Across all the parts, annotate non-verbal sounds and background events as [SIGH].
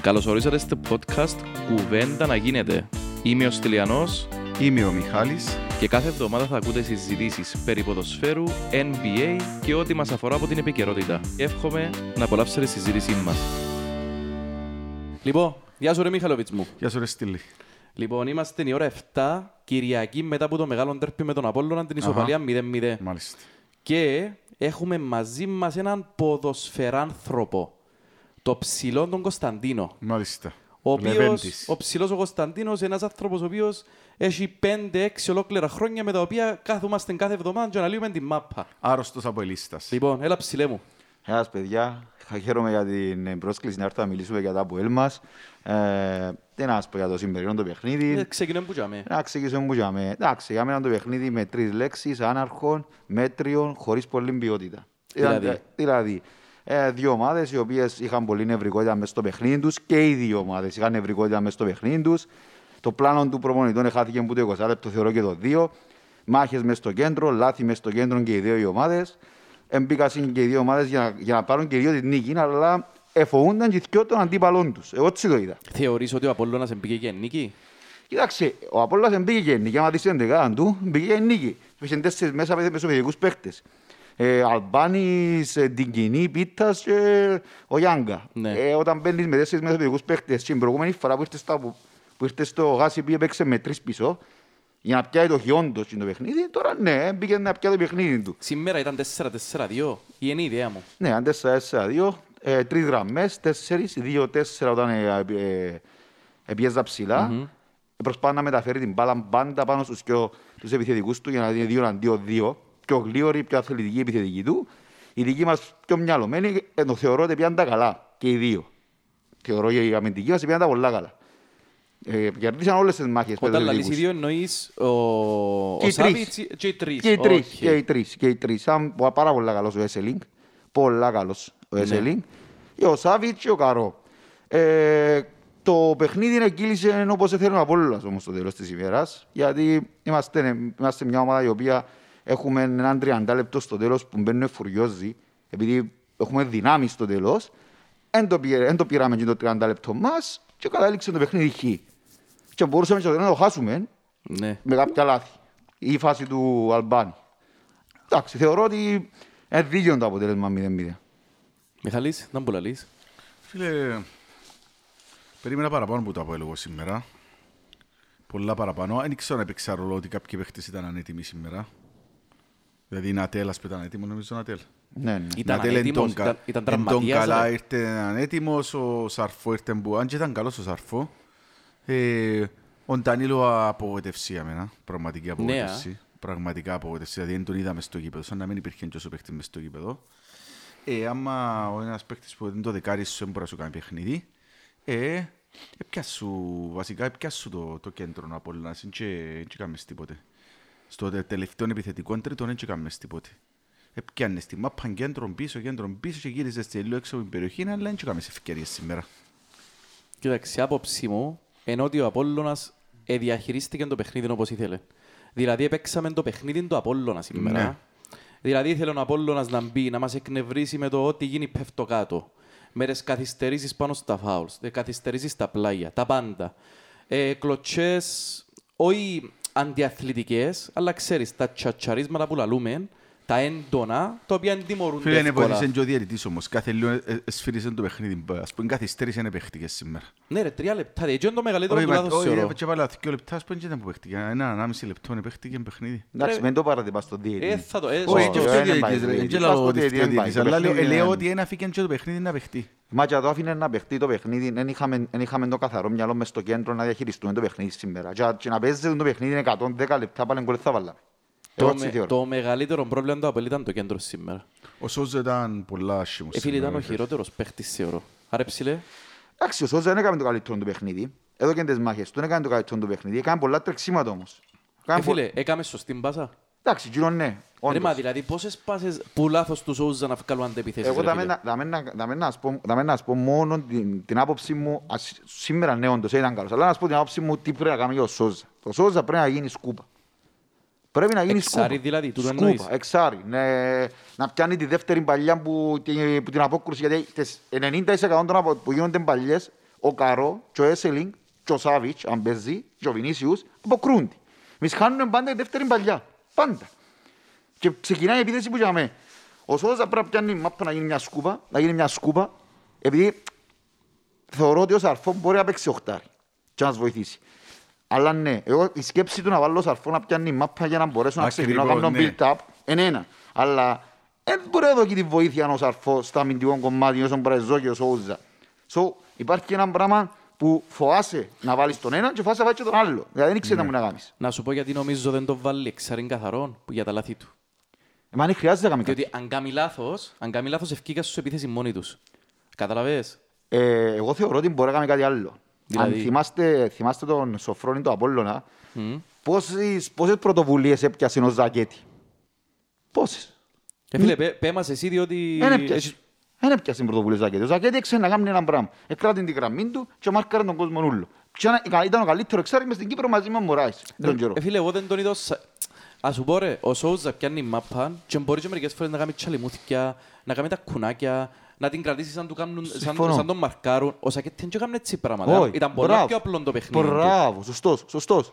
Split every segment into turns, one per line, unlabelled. Καλώς ορίσατε στο podcast «Κουβέντα να γίνεται». Είμαι ο Στυλιανός
Είμαι ο Μιχάλης.
και κάθε εβδομάδα θα ακούτε συζητήσεις περί ποδοσφαίρου, NBA και ό,τι μας αφορά από την επικαιρότητα. Εύχομαι να απολαύσετε τη συζήτησή μας.
Λοιπόν, γεια σου ρε Μιχαλοβίτς μου.
Γεια σου ρε Στυλή.
Λοιπόν, είμαστε η ώρα 7, Κυριακή μετά από το μεγάλο τέρπι με τον Απόλλωνα, την ισοπαλία 0-0.
Μάλιστα.
Και έχουμε μαζί μας έναν ποδοσφαιράνθρωπο, το ψηλό τον Κωνσταντίνο.
Μάλιστα.
Ο, οποίος,
Λεβέντης.
ο ψηλός ο Κωνσταντίνος, ένας άνθρωπος ο οποίος έχει 5-6 ολόκληρα χρόνια με τα οποία κάθομαστε κάθε εβδομάδα και αναλύουμε την μάπα.
Άρρωστος από ελίστας.
Λοιπόν, έλα ψηλέ μου.
Γεια σας παιδιά, χαίρομαι για την ε, πρόσκληση να έρθω να μιλήσουμε για τα αποέλ μας. Ε, τι να σας πω για το σημερινό το
Ε,
παιχνίδι.
Ξεκινάμε που τζαμε.
Να ξεκινήσουμε που είχαμε. Εντάξει, για μένα το παιχνίδι με τρεις λέξεις, άναρχων, μέτριων, χωρίς πολλή ποιότητα. Ήταν-
Δηλαδή?
δηλαδή ε, δύο ομάδες οι οποίες είχαν πολύ νευρικότητα μέσα στο παιχνίδι τους και οι δύο ομάδες είχαν νευρικότητα μέσα στο παιχνίδι τους. Το πλάνο του προπονητών χάθηκε που το 20 λεπτό θεωρώ και το 2. Μάχες μέσα στο κέντρο, λάθη μέσα στο κέντρο και οι δύο οι ομάδες. Εμπήκα συν και οι δύο ομάδες για, να- για να πάρουν και οι δύο την νίκη, αλλά εφοβούνταν και οι δυο των αντίπαλών τους. Εγώ έτσι το είδα.
Θεωρείς ότι ο Απόλλωνας εμπήκε και νίκη.
Κοιτάξτε, ο Απόλλας δεν πήγε και νίκη. Άμα δεις την δεκάδα του, πήγε και νίκη. Είχε τέσσερις μέσα με μεσοπαιδικούς παίχτες. Ε, Αλμπάνης, ε, Ντιγκινή, Πίτας και ε, ο Γιάνγκα.
Ναι.
Ε, όταν μπαίνεις με τέσσερις μεσοπαιδικούς παίχτες, την προηγούμενη φορά που ήρθες, στα, που, που ήρθες στο Γάσι πήγε παίξε με τρεις πίσω, για να πιάει το χιόντο στο παιχνίδι, τώρα ναι, πήγε να πιάει το παιχνίδι του.
Σήμερα ήταν 4-4-2. Η είναι η ιδέα μου.
Ναι, αν 4-4-2, ε, τρεις γραμμές, 4-2-4 όταν ε, ε, ε, πιέζα ψηλά. Προσπάθησε να μεταφέρει την μπάλα πάντα πάνω στους πιο τους επιθετικούς του για να δίνει 2-2-2. Πιο γλίωρη, πιο αθλητική επιθετική του. Η δική μας πιο μυαλωμένη, ε, το θεωρώ ότι πήγαν τα καλά και οι δύο. Θεωρώ και η αμυντική μας πήγαν τα πολλά καλά. Ε, κερδίσαν όλες τις μάχες.
Όταν λαλείς οι δύο εννοείς ο,
Και
ο
οι
Σάβιτς
τρεις.
και οι τρεις.
Και οι τρεις,
Οκ.
και οι τρεις, και οι τρεις. Σαν πο- πάρα πολύ καλός ο Εσελίνγκ. Πολλά καλός ο Εσελίνγκ. Και ο Σάβιτς και ο Καρό. Ε, το παιχνίδι είναι κύλησε όπως θέλουν από όλους όμως στο τέλος της ημέρας. Γιατί είμαστε, είμαστε μια ομάδα η οποία έχουμε έναν 30 λεπτό στο τέλος που μπαίνουν φουριόζοι. Επειδή έχουμε δυνάμεις στο τέλος. Εν το, πήρε- εν το πήραμε και το 30 λεπτό μας και κατάληξε το παιχνίδι χ. Και μπορούσαμε και το τέλος να το χάσουμε
Ναι.
με κάποια λάθη. Η φάση του Αλμπάνη. Εντάξει, θεωρώ ότι είναι δίκαιο το αποτέλεσμα 0-0.
Μιχαλής, να μου λαλείς.
Φίλε, περίμενα παραπάνω που το από εγώ σήμερα. Πολλά παραπάνω. Δεν ξέρω αν έπαιξα ρόλο ότι κάποιοι παίχτες ήταν ανέτοιμοι σήμερα. Δηλαδή η Νατέλ, ας πούμε, ήταν ανέτοιμο, νομίζω Νατέλ.
Ναι, ναι.
Ήταν
Νατέλ εν
ανέτοιμος,
τον κα-
ήταν- ήταν
εν τον
τραυματίας,
καλά
ρε.
ήρθε ανέτοιμος, ο Σαρφό ήρθε που... Αν και ήταν καλός ο Σαρφό. Ε, ο Ντανίλο απογοητευσία μένα, πραγματική απογοητευσία.
α.
Πραγματικά απογοητευσία, δηλαδή δεν τον είδαμε στο γήπεδο, σαν να μην υπήρχε τόσο παίχτη μες στο γήπεδο. Ε, άμα ο ένας παίχτης που δεν το δεκάρι σου δεν μπορεί να σου κάνει παιχνίδι, ε, πιάσου, βασικά ε, πιάσου το, το κέντρο να απολυνάς, δεν κάνεις τίποτε. Στο τε- τελευταίο επιθετικό τρίτο δεν κάνεις τίποτε. Επιάνες τη μάπα κέντρο πίσω, κέντρο πίσω και γύριζες σε λίγο έξω από την περιοχή, αλλά δεν κάνεις ευκαιρίες σήμερα.
Κοίταξε, η άποψη μου είναι ότι ο Απόλλωνας ε, διαχειρίστηκε το παιχνίδι όπως ήθελε. Δηλαδή έπαιξαμε το παιχνίδι του Απόλλωνας σήμερα.
Ναι.
Δηλαδή ήθελε ο Απόλλωνας να μπει, να μας εκνευρίσει με το ότι γίνει πέφτω κάτω. Με τις καθυστερήσεις πάνω στα φάουλς, τις καθυστερήσεις στα πλάγια, τα πάντα. Ε, κλωτσές, όχι αντιαθλητικές, αλλά ξέρεις, τα τσατσαρίσματα που λαλούμε, τα έντονα, τα οποία εντιμωρούν
Φίλε, είναι
εύκολα.
βοήθησε και ο διαιτητής όμως. Κάθε λίγο ε, ε, σφύρισε το παιχνίδι. Ας πούμε, καθυστέρησε να παίχτηκε σήμερα.
Ναι ρε, τρία λεπτά, έτσι είναι Ε, το μεγαλύτερο
Όχι,
του
μα-
λάθος
όχι,
θεωρώ.
ρε, και βάλα δύο λεπτά, ας πούμε, και ήταν που παίχτηκε. Ένα, ανάμιση λεπτό, ναι, παίχτηκε παιχνίδι.
Εντάξει, μην το παρατεπά στον
Ε,
διαιτή.
θα το... ε,
Όχι,
σωστό.
και αυτό είναι
ε,
Λέω ότι ένα φύγει και το παιχνίδι να παίχτεί.
ε, Μάτια το άφηνε να παιχτεί το παιχνίδι, δεν είχαμε, εν είχαμε το καθαρό μυαλό μες στο κέντρο να διαχειριστούμε το παιχνίδι σήμερα. Και, και να παίζεται το παιχνίδι 110 λεπτά πάλι γκολ θα βάλαμε. Εγώ
Το,
έτσι
με,
θεωρώ.
το μεγαλύτερο πρόβλημα του Απελ ήταν το κέντρο σήμερα.
Ο Σόζα ήταν πολλά άσχημος.
Ε, φίλε,
σήμερα,
ήταν ο
ρε, φίλε.
χειρότερος παίχτης θεωρώ. Άρα ψηλέ,
Εντάξει, ο Σόζα δεν έκανε το καλύτερο του παιχνίδι. Έδωκε τις μάχες του, δεν έκανε το καλύτερο του παιχνίδι. Έκανε πολλά τρεξίματα όμως. Έκανε
ε, φίλε, έκαμε σωστή μπάσα.
πο- Εντάξει, γύρω ναι.
Ρε
όντως.
μα, δηλαδή πόσες πάσες που λάθος του Σόουζα να βγάλουν αντεπιθέσεις.
Εγώ
ρε, φίλε.
δαμέ να σας πω- δαμέ να σας πω μόνο την, την άποψη μου, ας- σήμερα ναι όντως ήταν καλός, αλλά να σας πω την άποψη μου τι πρέπει να κάνει ο Σόζα. Το Σόζα πρέπει να γίνει σκούπα. Πρέπει να γίνει
Εξάρι
σκούπα.
δηλαδή, τούτο εννοείς.
σκούπα, εξάρι. Ναι, να πιάνει τη δεύτερη παλιά που, τη- που την απόκρουση, γιατί τις 90% των απο- που γίνονται παλιές, ο Καρό, και ο Έσελινγκ, και ο Σάβιτ, αν παίζει, και ο Βινίσιους, αποκρούνται. Εμεί χάνουμε πάντα τη δεύτερη παλιά. Πάντα. Και ξεκινάει η επίθεση που είχαμε. Ο Σόδος θα πρέπει να πιάνει μάπα να γίνει μια σκούπα, να γίνει μια σκούπα, επειδή θεωρώ ότι ο Σαρφό μπορεί να παίξει οχτάρι και να μας βοηθήσει. Αλλά ναι, εγώ η σκέψη του να βάλω Σαρφό να πιάνει μάπα για να μπορέσω να
Ακριβώς,
ξεκινώ να κάνω
ναι.
build-up, είναι ένα. Αλλά δεν μπορεί να δώσει τη βοήθεια ο Σαρφό στα αμυντικό κομμάτι όσον Μπραζό και ο Σόουζα. So, υπάρχει ένα πράγμα που φοβάσαι να βάλεις τον έναν και φοβάσαι να βάλεις και τον άλλο. Δηλαδή δεν ξέρεις τι να κάνεις.
Να σου πω γιατί νομίζω δεν το βάλει εξάριν καθαρόν που- για τα λάθη του.
Εμένα Ε, δεν χρειάζεται να κάνουμε κάτι.
Διότι αν κάνει λάθος, αν κάνει λάθος ευκήκα στους επίθεση μόνοι τους. Καταλαβες.
Ε, εγώ θεωρώ ότι μπορεί να κάνουμε κάτι άλλο.
Δηλαδή-
Αν θυμάστε, θυμάστε τον Σοφρόνη του Απόλλωνα, πόσες, πόσες πρωτοβουλίες έπιασε ο Ζακέτη. Πόσες.
Και φίλε, πέ, πέ μας εσύ διότι...
Δεν έπιασε.
έχεις-
Δεν έπιασε την πρωτοβουλία ο Ζακέτη. Ο Ζακέτη έξερε να κάνει ένα πράγμα. Έκρατε την γραμμή του και μάρκαρε τον κόσμο όλο. Και ένα- Ήταν ο καλύτερος εξάρι μες στην Κύπρο μαζί με τον Μωράης. Τον καιρό.
Ε, φίλε, εγώ δεν τον είδα... σα- Ας σου πω ρε, ο Σόουζα πιάνει μάπα και μπορεί και μερικές φορές να κάνει τσαλιμούθηκια, να κάνει τα κουνάκια, να την κρατήσεις σαν, του κάνουν, σαν,
Συμφωνώ.
σαν τον μαρκάρουν. Ο Σακέτ δεν έκανε έτσι πράγματα.
Όχι.
Ήταν πολύ
Μπράβο.
πιο απλό το παιχνίδι. του.
Μπράβο, σωστός, σωστός.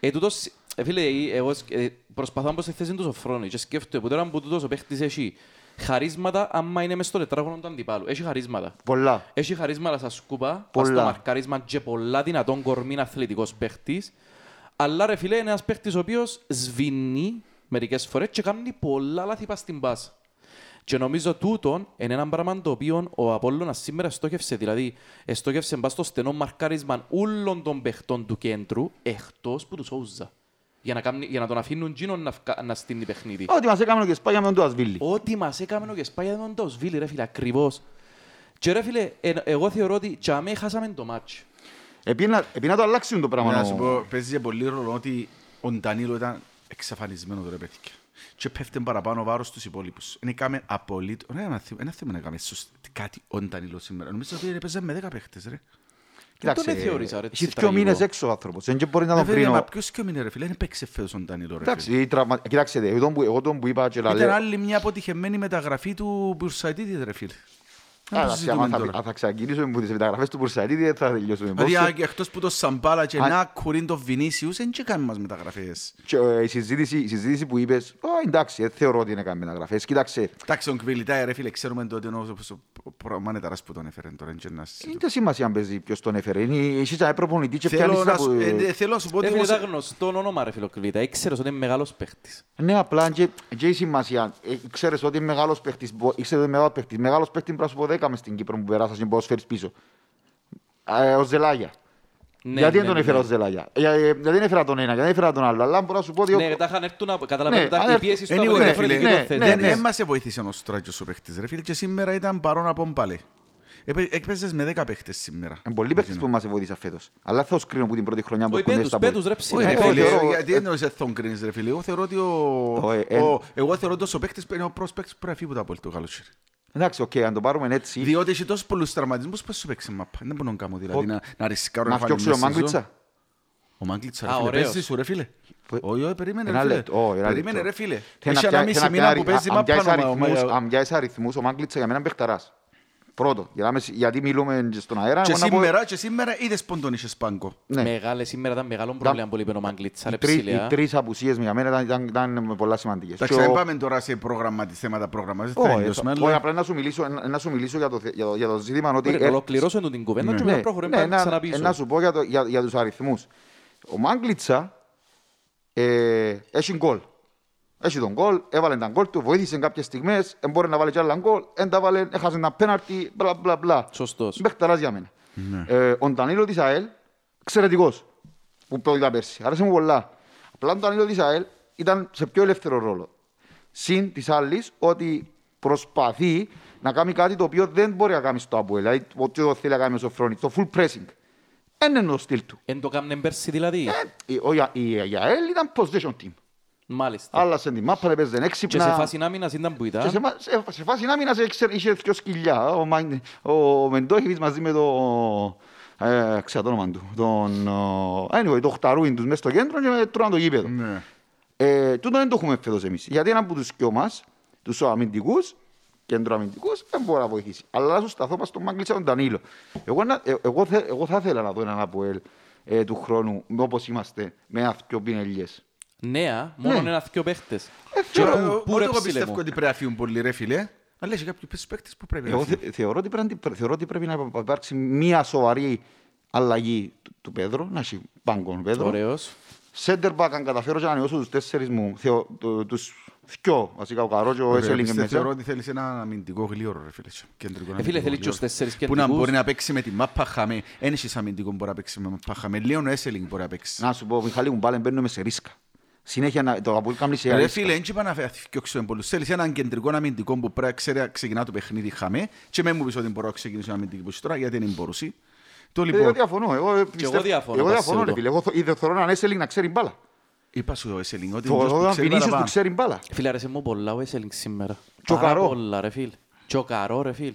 Ε, τούτος, ε, φίλε, ε, εγώ σκ- ε, προσπαθώ να μπω στη θέση τους Σοφρόνη και σκέφτομαι που τώρα που τούτος ο παίχτης έχει χαρίσματα άμα είναι μες στο τετράγωνο του αντιπάλου. Έχει χαρίσματα.
Πολλά.
Έχει χαρίσματα στα σκούπα,
Πολλά.
στο μαρκάρισμα και πολλά δυνατόν κορμήν αθλητικός παίχτης. Αλλά ρε φίλε είναι ένας παίχτης ο οποίος σβήνει μερικές φορές και κάνει πολλά λάθη πας στην πάσα. Και νομίζω τούτον είναι ένα πράγμα το οποίο ο Απόλλωνας σήμερα στόχευσε. Δηλαδή, στόχευσε μπας στο στενό μαρκάρισμα όλων των παιχτών του κέντρου, εκτός που τους Σόουζα. Για να, κάνει, για να τον αφήνουν γίνον να, φκα- να στείλει παιχνίδι.
Ό,τι μας έκαμε και σπάγαμε τον του Ασβίλη.
Ό,τι μας έκαμε ο Γεσπάγια δεν το σβήλει ρε φίλε, ακριβώς. Και ρε φίλε, ε, εγώ θεωρώ ότι τσάμε χάσαμε το μάτσο.
Επί να- επί να το αλλάξουν το πράγμα.
Να
ο-
σου πω, παίζει και πολύ ρόλο ότι ο Ντανίλο ήταν εξαφανισμένος ρε παιδιά. Και πέφτει παραπάνω βάρος στους υπόλοιπους. Δεν έκαμε απολύτω. Ναι, ένα θέμα ένα θέμα να έκαμε σωστά. Κάτι ο Ντανίλο σήμερα. Νομίζω ότι ρε, παίζαμε με 10 παίχτες ρε.
Κοιτάξε,
τον εθεώρησα, ρε,
Έχει
τι
δύο μήνες
τραγικό.
έξω ο άνθρωπος. Δεν και μπορεί να
Ε,
τον
βέβαια, Μα
κρίνω.
ποιος και ο μήνες ρε φίλε. Δεν παίξε φέτος ο Ντανίλο ρε φίλε.
Εντάξει, οι τραυμα- κοιτάξτε, εγώ τον που- εγώ τον που είπα και τα
Ήταν
λέω.
άλλη μια αποτυχημένη μεταγραφή του Μπουρσαϊτίδη ρε φίλε. Να το
Άρα,
συζητούμε
άμα θα-
τώρα.
αν θα ξεκινήσουμε που τις μεταγραφές του Μπουρσαλίδη, δεν θα τελειώσουμε.
Δηλαδή,
Πόσο-
αν- εκτός που το Σαμπάλα και
Α-
να κουρίν το Βινίσιους, δεν και κάνουμε μας μεταγραφές.
και, ε, η συζήτηση- Η συζήτηση που είπες, «Ω, εντάξει, δεν θεωρώ ότι είναι καμία μεταγραφές. Κοιτάξτε,
Εντάξει, ο Κβιλιτάι, ρε φίλε, ξέρουμε το ότι είναι ο- ο- ο- ο Μανεταράς που τον έφερε τώρα. δεν και να συζητούμε.
δεν έχει σημασία αν παίζει ποιος τον έφερε. Είναι- Εσύ ήταν προπονητή και ποια
Θέλω
λίστα
να, σου,
που-
ε, ε, θέλω να σου πω ότι
Ρε φίλε,
όμως-
ήταν γνωστό όνομα ρε φίλε ο Κλίτα, ήξερες ότι είναι μεγάλος παίχτης.
Ναι, απλά και, και η σημασία. Ε, ξέρεις ότι είναι μεγάλος παίχτης. μπο- Ήξερες ότι είναι μεγάλος παίχτης. Μεγάλος παίχτης πρέπει να σου πω δέκα μες στην Κύπρο που περάσαν και μπορείς να φέρεις πίσω. Ε, ο Ζελάγια.
Ναι,
γιατί
ναι,
δεν τον
ναι.
έφερα ως Ζελάγια. Ε, ε, Γιατί δεν έφερα τον ένα, γιατί δεν έφερα τον άλλο. Αλλά μπορώ να σου πω ότι... ο-
Ναι, τα είχαν έρθουν να καταλαβαίνουν
αν
τα
έρθουν-
πιέσεις στο
Anyway,
άλλο,
ρε
διαφορετική
φίλε,
τοποθέτηση.
Δεν
ναι.
δεν μας βοήθησε ο Στράγιος ο παίχτης, ρε φίλε, και σήμερα ήταν παρόν από πάλι. Επέ- Έπαιζες με 10 παίχτες σήμερα.
Είναι Ε, πολλοί παίκτες που μας βοήθησαν φέτος. Αλλά θα τους κρίνω που την πρώτη χρονιά που
Όχι,
έχουν
πέτους,
στα
πέτους, ρε, ψηλά.
Όχι,
Ε,
ρε
εγώ
φίλε,
θεωρώ-
γιατί εννοείς ότι τον κρίνεις, ρε φίλε. Εγώ θεωρώ ότι ο-
Ο, ε,
ο-
εν-
εγώ θεωρώ ότι ο παίκτης που είναι ο πρώτος παίκτης που πρέπει να φύγει από τα Πορτογαλούς, ρε.
Εντάξει, οκ, αν το πάρουμε έτσι.
Διότι έχει τόσους πολλούς τραυματισμούς, πώς σου παίξει μάπα. Δεν μπορώ να κάνω, δηλαδή,
Ότι-
να- να ρισκάρω να
Να
φάνε
φτιάξω ο
μέσα στη ζώνη.
Μάγκουιτσα.
Ο Μάγκλητς, ρε
Α,
φίλε,
ωραίος.
παίζεις σου, ρε φίλε.
Που-
Όχι, όχι, περίμενε, ρε
Ένα
Ναι, φίλε.
λεπτό, όχι, ένα
Περίμενε,
λεπτό.
ρε φίλε.
Θέλω
Έχει
να
ένα
πια-
μισή
θέλω να
μήνα που
πιάρει-
παίζει
αν
μάπα, ε,
πιάσεις
να μα-
αριθμούς-
μα-
Αν πιάσεις αριθμούς, ο Μάγκλητσα για μένα είναι παιχταράς. Πρώτο, για να με- γιατί μιλούμε και στον αέρα.
Και
εγώ να πω-
σήμερα, και σήμερα είδες πόν τον είχες πάγκο.
Ναι.
Μεγάλες σήμερα ήταν μεγάλο πρόβλημα που είπε ο Μαγκλίτσα,
Οι
ρε
τρεις-
ψηλέα.
Οι τρεις απουσίες για μένα ήταν- ήταν- ήταν πολλά σημαντικές.
Εντάξει,
Και ο-
δεν πάμε τώρα σε πρόγραμμα, θέματα πρόγραμμα. Δεν
Όχι,
θα τελειώσουμε,
όχι,
αλλά-
απλά να σου μιλήσω- να- να σου μιλήσω για το θε- για το- για το ζήτημα ότι...
Ωραία,
ε,
Ολοκληρώσω την κουβέντα και
Ναι,
μετά προχωρούμε
ναι,
πάλι
να-
ξανά
ε,
πίσω.
Να σου πω για, το, για, για τους αριθμούς. Ο Μάγκλητσα ε, έχει γκολ. Έχει τον γκολ, έβαλε τον γκολ του, βοήθησε κάποιες στιγμές, δεν μπορεί να βάλει κι άλλα γκολ, δεν τα βάλε, έχασε ένα πέναρτι, μπλα μπλα μπλα.
Σωστός. Ναι.
Μπεχταράς για μένα. Ε, ο Ντανίλο της ΑΕΛ, εξαιρετικός, που το είδα πέρσι. Άρεσε μου πολλά. Απλά ο Ντανίλο της ΑΕΛ ήταν σε πιο ελεύθερο ρόλο. Συν της άλλης ότι προσπαθεί να κάνει κάτι το οποίο δεν μπορεί να κάνει στο ΑΠΟΕΛ. Δηλαδή, ό,τι το θέλει να κάνει ο Σοφρόνης, το full pressing. Εν είναι το στυλ του.
Εν το κάμνε πέρσι δηλαδή.
Ε, η- ο- η- Η ΑΕΛ ήταν possession team.
Μάλιστα.
Άλλασε την μάπα, έπαιζε έξυπνα.
Ε. Και σε φάση άμυνας ήταν που
Και
ήταν.
σε, μα- σε, σε φάση να μην είχε δυο σκυλιά. Ο, Μαϊν- ο Μεντόχεβιτς μαζί με το... Ε, ξέρω το όνομα του. Τον, ο, anyway, το χταρούιν τους μέσα στο κέντρο και τρώνε το γήπεδο.
Ναι.
Ε, τούτο δεν το έχουμε φέτος εμείς. Γιατί ένα από τους δυο μας, τους αμυντικούς, κέντρο αμυντικούς, δεν μπορεί να βοηθήσει. Αλλά σου σταθώ μα στον Μάγκλητσα τον Τανίλο. Εγώ, να- ε- εγώ, θε- εγώ θα ήθελα να δω έναν Αποέλ ε, του χρόνου, όπως είμαστε, με ένα δυο πινελιέ.
Νέα, μόνο
Ναι.
ένα δυο παίχτες.
Ε,
Τώρα,
πού-
εγώ-
πού
ούτε
ρε
Εγώ
ψηλέ
πιστεύω
μου.
ότι πρέπει να φύγουν πολλοί ρε φίλε. Αλλά έχει κάποιους παίκτες που πρέπει να
Εγώ θε-
φύγουν.
θεωρώ, ότι πρέπει, να- θεωρώ ότι πρέπει να υπάρξει μία σοβαρή αλλαγή του, του Πέδρου, να έχει πάγκον Πέδρο.
Ωραίος.
Σέντερ μπακ, αν καταφέρω και να ανανεώσω τους τέσσερις μου, θεω, το, τους δυο, βασικά ο Καρός και ο
Ωραία,
Έσελινγκ
πιστεύω, Θεωρώ
μέσα.
ότι θέλεις έναν αμυντικό γλίωρο, ρε φίλε. Κεντρικό
Ε, φίλε,
αμυντικό
θέλεις και
γλίωρο.
τους τέσσερις
Που να
κεντρικούς.
μπορεί να παίξει με τη μάπα χαμέ. Εν έχεις αμυντικό που μπορεί να παίξει με μάπα χαμέ. Λίον Έσελινγκ μπορεί να παίξει.
Να σου πω, Μιχαλή μου, πάλι μπαίνουμε σε ρίσκα. Συνέχεια να, το Αποέλ κάνει σε
Ε, Ρε
ρίσκα.
φίλε, δεν είπα να φτιάξουμε πολλούς. Θέλεις έναν κεντρικό αμυντικό που πρέπει να ξέρει να ξεκινά το παιχνίδι χαμέ και με μου πεις ότι μπορώ να ξεκινήσω ένα αμυντικό τώρα γιατί δεν μπορούσε. Το
Ε, Εγώ
λοιπόν,
διαφωνώ. Εγώ, ε, πιστεύω-
εγώ διαφωνώ,
Εγώ
Βασίλη,
διαφωνώ, ρε
το.
φίλε. Εγώ θω- είδε- θεωρώ έναν Έσελινγκ να ξέρει μπάλα.
είπα σου ο Έσελινγκ ότι είναι
Θεωρώ
αυτός που
έναν
ξέρει
Βινίσιος που
παραπάνω.
ξέρει μπάλα.
Φίλε, αρέσει μου πολλά ο Έσελινγκ σήμερα.
Τσοκαρό.
Πάρα πολλά, ρε φίλ. Τσοκαρό, ρε φίλ.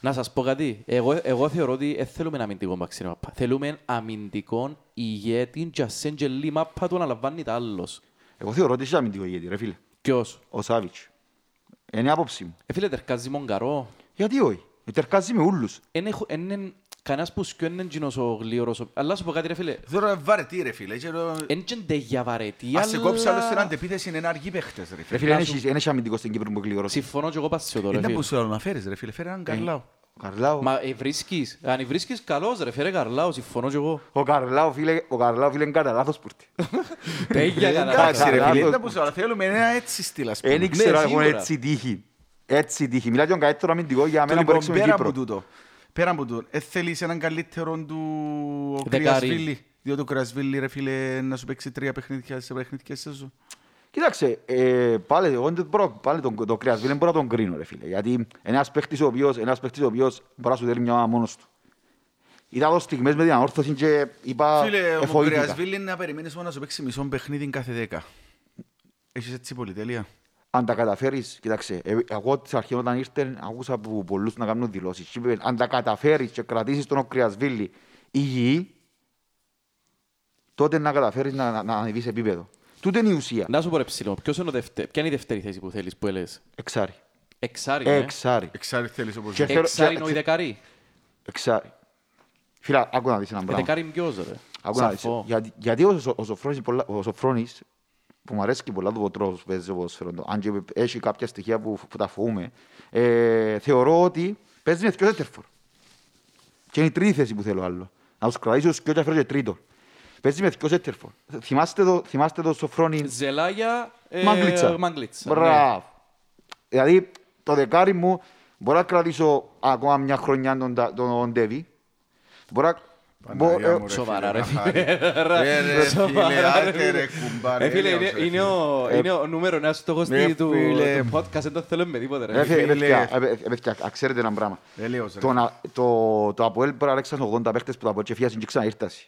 Να σας πω κάτι. Εγώ, εγώ θεωρώ ότι δεν θέλουμε ένα αμυντικό μπαξί, ρε μαπά. Θέλουμε αμυντικό ηγέτη και ασέντζελή μάπα του αναλαμβάνει τα άλλος.
Εγώ θεωρώ ότι είσαι αμυντικό ηγέτη, ρε φίλε.
Ποιος.
Ο Σάβιτς. Είναι άποψη μου.
Ε, φίλε, τερκάζει μογκαρό.
Γιατί όχι. Ε, Τερκάζει με ούλους.
Εν έχω- εν εν- Κανένας που σκιό είναι γινός ο γλίωρος. ο- Αλλά σου πω κάτι, ρε φίλε.
Τώρα βαρετή ε, ρε φίλε. και το-
Εν τζεντε για βαρετή,
Ας σε κόψει άλλος την
αλλά...
αντεπίθεση είναι αργοί
Ε,
παίχτες ρε
Ρε
φίλε.
φίλε, δεν έχεις- δεν έχεις αμυντικό στην Κύπρο που γλυκό.
Συμφωνώ και εγώ πάση εδώ, ρε
Είναι
φίλε. Ε.
που σου να φέρεις ρε φίλε. Φέρε έναν Καρλάο.
Καρλάου.
Μα ε, βρίσκεις. Αν βρίσκεις καλός ρε, φέρε Καρλάου, συμφωνώ και εγώ.
Ο Καρλάου, φίλε, ο Καρλάου, φίλε, είναι κατά λάθος που ήρθε.
[LAUGHS] Τέγια Ε, καλά.
Ε,
Ε,
Εντάξει ρε φίλε.
Καρλάου.
Είναι που σου θέλουμε ένα έτσι στυλ ας πούμε.
Δεν ήξερα
Ναι, σίγουρα.
λοιπόν έτσι τύχη. Έτσι τύχη. Μιλάτε για τον καλύτερο αμυντικό για
Το
μένα που
λοιπόν,
έξω με
πέρα από
Κύπρο.
τούτο, πέρα από τούτο, ε, θέλεις έναν καλύτερο του ο
Δεκάρι.
Κρυασβίλη. Διότι ο Κρυασβίλη, ρε φίλε, να σου παίξει τρία παιχνίδια σε παιχνίδια σε σου.
Κοίταξε, ε, πάλι, εγώ δεν μπορώ, πάλι τον, τον Κρέας δεν μπορώ να τον κρίνω ρε φίλε. Γιατί ένας παίχτης ο οποίος, ένας παίχτης ο οποίος μπορεί να σου δέρει μια ομάδα μόνος του. Ήταν εδώ στιγμές με την ανόρθωση και είπα
Φίλε, ο
εφοήθηκα.
Κρυασβίλη είναι να περιμένεις μόνο να σου παίξει μισό παιχνίδι κάθε δέκα. Έχεις έτσι πολυτέλεια.
Αν τα καταφέρεις, κοίταξε, ε, εγώ της αρχής όταν ήρθε άκουσα από πολλούς να κάνουν δηλώσεις. Και είπε, αν τα καταφέρεις και κρατήσεις τον ο Κρεασβίλη υγιή, τότε να καταφέρεις να, να, να ανεβείς επίπεδο. Τούτη είναι η ουσία.
Να σου πω ρε ψηλό, ποιος είναι ο δευτε... ποια είναι η δεύτερη θέση που θέλεις που έλεγες.
Εξάρι.
Εξάρι, ναι.
Εξάρι.
Εξάρι θέλεις όπως
Και-
δεν.
θέλω-
Εξάρι είναι ο
και-
δεκαρή.
Εξάρι. Φίλα, άκου να δεις ένα
Ε,
πράγμα.
δεκάρι είναι ποιος ρε.
Άκου να δεις.
Σαφώ.
Γιατί, γιατί ο, Σο- ο, Σοφρόνης, πολλά- ο Σοφρόνης, που μου αρέσει και πολλά του τρόπου που παίζει ο ποδοσφαιρό, αν και έχει κάποια στοιχεία που, που τα φοβούμε, ε, θεωρώ ότι παίζει με πιο τέτερφορ. Και είναι η τρίτη θέση που θέλω άλλο. Να τους κρατήσω τους και όχι να φέρω και τρίτο. Παίζει με πιο τέτερφορ. Θυμάστε το, θυμάστε το Σοφρόνη
Ζελάγια, ε,
Μαγκλίτσα.
Μαγκλίτσα, ναι.
Μπράβο. Δηλαδή, το δεκάρι μου μπορώ να κρατήσω ακόμα μια χρονιά τον, τα- τον Ντέβι. Μπορώ να... μπο- ε,
Σοβαρά, ρε, Ναι.
Ε, Ρε φίλε, άρτε ρε κουμπάρε.
Ε, φίλε, είναι- είναι ο- είναι ο νούμερο ένας στόχος
ρε,
του του
Ε, ναι, φίλε.
podcast, δεν το θέλουμε με τίποτε ρε.
ρε,
φίλε.
φίλε, παιδιά, ε, παιδιά, παιδιά, α, Ξέρετε ένα πράγμα.
Τελείως, ρε.
Το να- Το το Αποέλ μπορεί να ρέξαν 80 παίχτες που το Αποέλ και φύγασαν και ξαναήρτασε.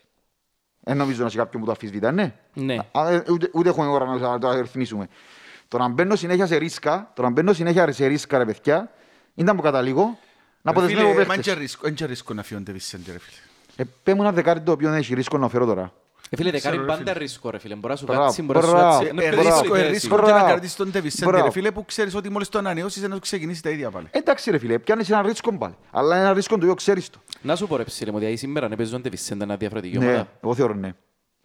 Δεν νομίζω να έχει κάποιον που το αφισβητά, ναι.
Ναι.
Α, ε, ούτε- Ούτε έχουμε ώρα να- να το αριθμίσουμε. Το να μπαίνω συνέχεια σε ρίσκα, το να μπαίνω συνέχεια σε ρίσκα, ρε παιδιά, ήταν που καταλήγω να αποδεσμεύω
Φίλε, μα
παίχτες.
εν και ρίσκο να φιώνεται Βισέντε ρε φίλε.
Ε, πέ μου ένα δεκάρι το οποίο δεν έχει ρίσκο να φέρω τώρα.
Ε, φίλε,
ξέρω,
δεκάρι
ρε,
πάντα
φίλε.
ρίσκο ρε φίλε. Μπορεί να σου
Μπράβο,
κάτσει, μπορεί να σου
μπράβο,
κάτσει.
ε,
Είναι
Ε,
δύσκολη
Ρίσκο, ε,
θέση.
ρίσκο και
Μπράβο.
να κρατήσεις τον Τεβισέντε, ρε
Μπράβο.
φίλε, που ξέρεις ότι μόλις το ανανεώσεις να ξεκινήσει τα ίδια πάλι.
Ε, Εντάξει ρε φίλε, πιάνεις ένα ρίσκο πάλι. Αλλά ένα ρίσκο το οποίο ξέρεις το.
Να σου πω ρε ψηλέ μου, δηλαδή σήμερα αν παίζονται Βισέντα ένα διαφορετική
Ναι,
ομάδα.
εγώ θεωρώ ναι.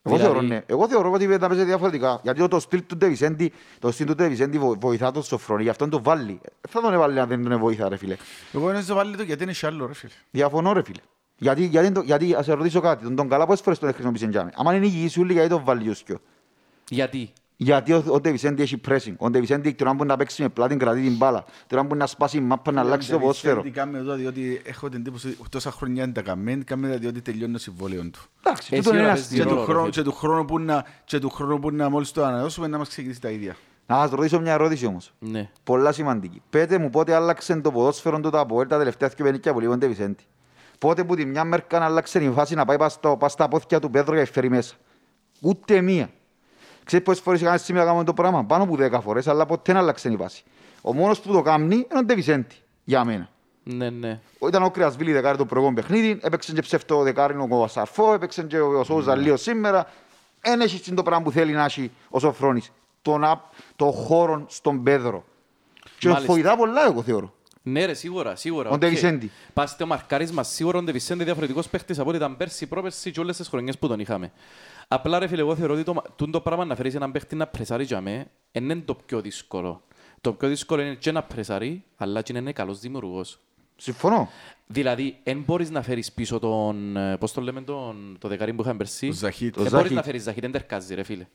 Εγώ
Δηλαδή-
θεωρώ ναι. Εγώ θεωρώ ότι πρέπει να παίζει διαφορετικά. Γιατί το στυλ του Ντεβισέντη, το στυλ του Ντεβισέντη βο- βοηθά τον Σοφρόνη, γι' αυτόν τον βάλει. Ε, Θα τον βάλει αν δεν τον βοηθά ρε φίλε.
Εγώ δεν στο βάλει το γιατί είναι σε άλλο ρε φίλε.
Διαφωνώ ρε φίλε. Γιατί, γιατί, το- γιατί ας σε ρωτήσω κάτι, τον, τον καλά πόσες φορές τον χρησιμοποιήσει για μένα. Αν είναι υγιής ούλη, γιατί τον βάλει ο Σκιο.
Γιατί.
Γιατί ο, ο Ντεβισέντη έχει pressing. Ο Ντεβισέντη τώρα μπορεί να παίξει με πλάτη, κρατεί την μπάλα. Τώρα μπορεί να σπάσει η μάπα, να αλλάξει το ποδόσφαιρο.
Δηλαδή, Τι κάνουμε εδώ, διότι έχω την εντύπωση ότι τόσα χρόνια είναι τα καμέν, κάνουμε τα διότι δηλαδή, τελειώνει το συμβόλαιο του.
Εντάξει,
Εσύ
τούτο είναι
ώρα
ένα
παίζεις
στυλ.
Και του
ρόλο, ρε
χρόνου-
φίλε.
Και του χρόνου που να- και του χρόνου που να μόλις το ανανεώσουμε να μας ξεκινήσει τα ίδια.
Να σας ρωτήσω μια ερώτηση όμως.
Ναι.
Πολλά σημαντική. Πέτε μου πότε άλλαξε το ποδόσφαιρο του Ταποέλ τα τελευταία δύο πενήκια που λείπονται Βισέντη. Πότε που τη μια μέρκα άλλαξε η φάση να πάει πας στο- πας στα πόθηκια του Πέδρο και φέρει μέσα. Ούτε μία. Ξέρεις πόσες φορές είχαμε σήμερα κάνουμε το πράγμα. Πάνω από δέκα φορές, αλλά ποτέ δεν άλλαξε η φάση. Ο μόνος που το κάνει είναι ο Ντεβισέντη. Για μένα.
Ναι, ναι.
Ήταν ο Κρεασβίλη δεκάρι το προηγούμενο παιχνίδι, έπαιξε και ψεύτο δεκάρι ο Σαρφό, έπαιξε και ο
Ναι.
Σόουζα λίγο σήμερα. Εν έχει το πράγμα που θέλει να έχει ο Σοφρόνης. Τον, το χώρο στον Πέδρο. Και
Μάλιστα.
φοηδά πολλά, εγώ θεωρώ.
Ναι, ρε, σίγουρα, σίγουρα.
Ο
οκ.
Ντε Βισέντη.
Πας στο μαρκάρισμα, σίγουρα ο Ντε Βισέντη διαφορετικός παίχτης από ό,τι ήταν πέρσι, πρόπερσι και όλες τις χρονιές που τον είχαμε. Απλά ρε φίλε, εγώ θεωρώ ότι το, τούν το πράγμα να φέρεις έναν παίχτη να πρεσάρει για μέ, εν είναι το πιο δύσκολο. Το πιο δύσκολο είναι και να πρεσάρει, αλλά και να είναι καλός δημιουργός.
Συμφωνώ.
Δηλαδή, εν μπορείς να φέρεις πίσω τον, ε, πώς το λέμε, τον, το δεκαρί που είχαμε πέρσι.
Ο Ζαχίτ.
Το
Εν
Ζαχίτ.
μπορείς να φέρεις Ζαχίτ, δεν τερκάζει ρε φίλε.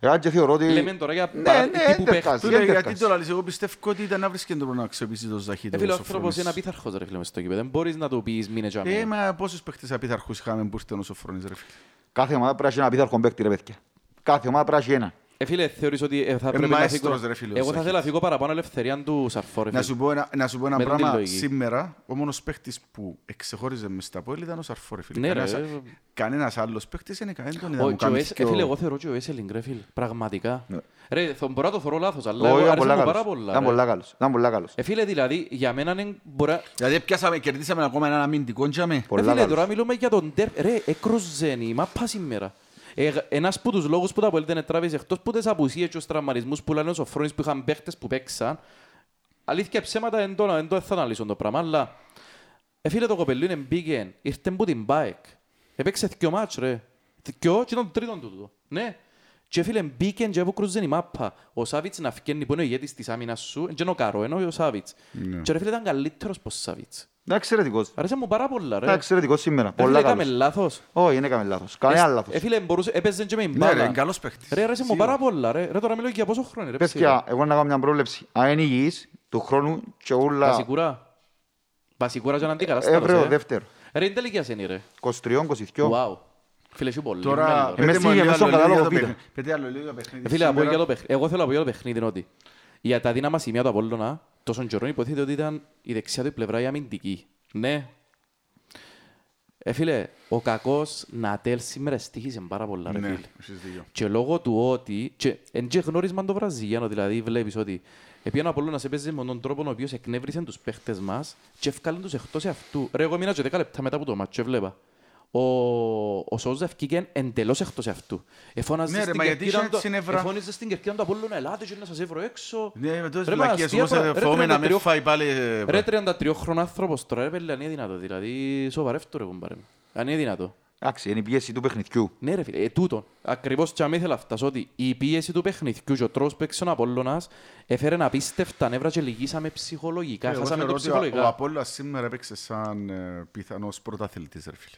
Εάν Ε, και θεωρώ ότι...
Λέμε τώρα για
Ναι,
παρα-
ναι,
τύπου
δεν
παίχτη.
κάζει,
Του
δεν
λέει,
κάζει.
γιατί τώρα λες, εγώ πιστεύω ότι ήταν να βρίσκεται το να αξιοποιήσεις το Ζαχίτ.
Ε,
ο
φίλε, ο
Σοφρόνης.
άνθρωπος είναι απίθαρχος ρε φίλε μες στο κήπεδο. Δεν μπορείς να του πεις μήνε για μέ.
Ε, μα πόσους παίχτες απίθαρχους είχαμε που ήρθαν ο Σοφρόνης, ρε φίλε.
Κάθε ομάδα πρέπει να έχει ένα πειθαρχόν παίκτη, ρε παιδιά. Κάθε ομάδα πρέπει να έχει ένα.
Ε, φίλε, θεωρείς ότι ε, θα πρέπει να
μαέστρος,
φύγω...
ρε φίλε, ο
Εγώ θα
Σάκης.
ήθελα να φύγω παραπάνω ελευθερία του Σαρφό, ρε
Να
φίλε.
σου πω ένα, να σου πω ένα
Με την
πράγμα
λογική.
σήμερα. Ο μόνος παίχτης που εξεχώριζε μες στα πόλη ήταν ο Σαρφό, ρε φίλε.
Ναι,
κανένας,
ρε.
κανένας άλλος παίχτης είναι κανένας τον
Ο-
είδα μου
και ο
κάνει
Έσ-
πιο-
ε, Φίλε, εγώ θεωρώ και ο Έσελινγκ, ρε φίλε. Πραγματικά. Ρε, θα μπορώ να το θεωρώ λάθος, αλλά
Όχι,
εγώ
ήταν
άρεσε
πολλά
μου πάρα
καλός.
πολλά.
Ήταν
ρε.
πολλά καλός. Ήταν πολλά καλός.
Ε, φίλε, δηλαδή, για μένα είναι- μπορεί... να-
Δηλαδή πιάσαμε, κερδίσαμε ακόμα έναν αμυντικό τζάμε.
Ρε,
Πολλά
φίλε,
καλός.
τώρα μιλούμε για τον Ντέρπ. Ρε, έκρουζεν η μάπα σήμερα. Ε, γ- ένας από τους λόγους που τα Αποέλ δεν ετράβησε, εκτός που τις απουσίες και τους τραυματισμούς που λένε ο Σοφρόνης που είχαν παίχτες που παίξαν, αλήθεια και ψέματα δεν το, δεν το θα αναλύσουν το πράγμα, αλλά ε, φίλε το κοπελού είναι μπήκε, ήρθε που την μπάεκ. Έπαιξε δυο μάτς ρε. Δυο και ήταν το τρίτον του τούτο. Ναι. Και φίλε μπήκε και έκρουζεν η μάπα. Ο Σάβιτς να φκένει που είναι ο ηγέτης της άμυνας σου, και είναι ο Καρό, ενώ ο Σάβιτς. Και ρε φίλε ήταν καλύτερος από ο Σάβιτς.
Ήταν εξαιρετικός.
Άρεσε μου πάρα πολλά ρε.
Ήταν εξαιρετικός σήμερα.
Πολλά
Πολλά
Έκαμε
καλός.
λάθος.
Όχι, δεν έκαμε λάθος. Κανένα
Ες,
λάθος.
ε, φίλε, μπορούσε, έπαιζε και με
Ναι,
μπάλα.
ρε, είναι καλός παίχτης.
Ρε, άρεσε μου πάρα πολλά. Ρε, ρε τώρα μιλώ για πόσο χρόνο. Ρε,
Παιδιά, εγώ να κάνω μια πρόβλεψη. Αν είναι υγιής, του χρόνου και όλα...
Βασικούρα. Βασικούρα και να
Ε,
αντικαταστάτωσε.
βρε, ο δεύτερο.
Ρε, είναι τελικιάς είναι, ρε.
23-22.
Wow. Φίλε, σου πολύ.
Τώρα,
μέλλον.
Ε,
πέντε
μέσα
μου
είχε
λίγο
μέσα στον
άλλο λόγια
κατάλογο
το
βίντεο.
παιχνίδι. Πέντε άλλο λίγο το παιχνίδι.
Ε, Φίλε, από
Σήμερα-
για το παιχνίδι. Εγώ θέλω να πω για το παιχνίδι είναι ότι για τα δύναμα σημεία του Απόλλωνα, τόσο καιρό υποθέτει ότι ήταν η δεξιά του πλευρά η αμυντική. Ναι. Ε, φίλε, ο κακός Νατέλ σήμερα στήχησε πάρα πολλά, ρε,
Ναι,
φίλε.
εσείς δύο.
Και λόγω του ότι, και, εν και γνώρισμα το Βραζιλιάνο, δηλαδή βλέπεις ότι επειδή ο Απόλλωνας έπαιζε με τον τρόπο ο οποίος εκνεύρισε τους παίχτες μας και έφκαλαν τους εκτός αυτού. Ρε, εγώ μείνα και 10 λεπτά μετά από το μάτσο, βλέπα. Ο, ο Σόζα ευκήκε εντελώς εκτός αυτού. Εφώναζε
Ναι, ρε,
στην
μα γιατί
κερκίδα
είχε
του-
συνευρά.
εφώναζε στην κερκίδα του Απόλλωνα, ελάτε και να σας έβρω έξω.
Ναι, με τόσες
Ρε, μα,
βλακίες,
αστεία
όμως,
πράγματα.
ε,
Ρε,
φοβόμαι να
33
με φάει πάλι, ε,
Ρε 33 χρόνο άνθρωπος τώρα, ρε παιδιά, είναι δυνατό. Δηλαδή, σοβαρεύτω ρε κουμπάρε. μου. Αν είναι δυνατό.
Εντάξει, είναι η πίεση του παιχνιδιού.
Ναι ρε φίλε, ε, τούτον. Ακριβώς και αν ήθελα να φτάσω ότι η πίεση του παιχνιδιού και ο τρόπος που έξω ο Απόλλωνας έφερε να απίστευτα νεύρα και λυγίσαμε ψυχολογικά.
Ε, Εγώ
Χάσαμε το
θεωρώ ότι ο- Ο
ψυχολογικά.
Απόλλωνας σήμερα έπαιξε σαν ε, πιθανός πρωταθλητής, ρε φίλε.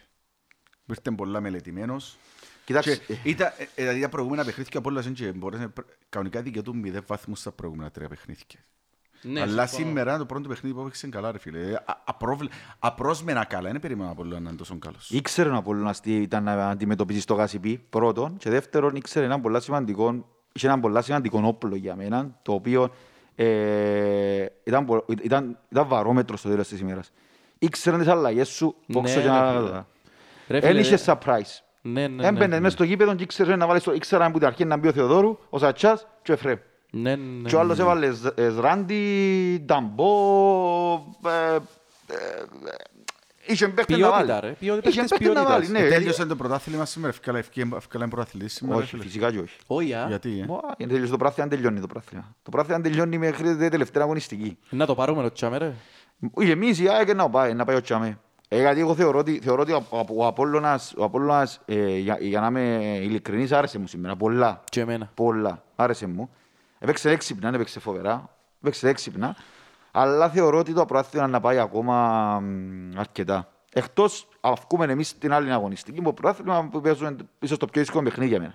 Ήρθε πολλά μελετημένος.
Κοιτάξτε, [LAUGHS]
Και Ήταν, ε, ε, δηλαδή, τα προηγούμενα παιχνίδια ο Απόλλωνας είναι και μπορούσε- κανονικά δικαιούτουν μηδέν βαθμούς στα προηγούμενα τρία παιχνίδια.
Ναι,
Αλλά
συμφωνώ.
σήμερα το πρώτο παιχνίδι που έπαιξε καλά, ρε φίλε. Ε, α- απρόβλε- Απρόσμενα καλά. Δεν περίμενα από να είναι τόσο καλός.
Ήξερε ο Απόλλωνας τι ήταν να αντιμετωπίζεις στο Γασιπί, πρώτον. Και δεύτερον, ήξερε έναν πολλά σημαντικό, είχε έναν πολλά σημαντικό όπλο για μένα, το οποίο ε, ήταν, πο- ήταν, ήταν βαρόμετρος στο τέλος της ημέρας. Ήξερε τις αλλαγές σου, πόξο
Ναι,
και
ρε
να
φίλε.
δω.
Ρε
Εν
φίλε, ε,
είχε
δε-
surprise.
Ναι, ναι, ναι.
Έμπαινες μέσα στο γήπεδο και ήξερε να βάλεις το... Ήξερα από την αρχή να μπει ο Θεοδόρου, ο Σατσάς και ο Εφραίμ.
Ναι, ναι,
Και ο
ναι.
άλλος έβαλε Ζ- ε, Ζράντι, Νταμπό, ε, ε, είχε παίχτες να
Ποιότητα,
βάλει.
ρε. Ποιότητα,
Είχε
παίχτες
παίχτες να βάλει,
ποιότητας.
Ε,
ναι. Ε,
Τέλειωσε το πρωτάθλημα σήμερα. Ευκάλα ευκάλα πρωταθλητής σήμερα. ρε
Όχι,
φίλε.
φυσικά και όχι.
Όχι, α.
Γιατί, ε?
Μα, είναι τελείως το πράθυμα, αν τελειώνει το πράθυμα. Το πράθυμα τελειώνει μέχρι την τελευταία αγωνιστική.
Να το πάρουμε το τσάμε, ρε.
Η εμείς η ΑΕΚ να πάει, να πάει ο Τσάμε. Ε, γιατί εγώ θεωρώ ότι, θεωρώ ότι ο, ο- ο Απόλλωνας, ο Απόλλωνας ε, για, για, να είμαι ειλικρινής, άρεσε μου σήμερα. Πολλά.
Και εμένα.
Πολλά. Άρεσε μου. Έπαιξε έξυπνα, δεν έπαιξε φοβερά. Έπαιξε έξυπνα. Αλλά θεωρώ ότι το πρόθυμα να πάει ακόμα μ, αρκετά. Εκτός αυκούμε εμείς την άλλη αγωνιστική που πρόθυμα που παίζουμε ίσω το πιο δύσκολο παιχνίδι για μένα.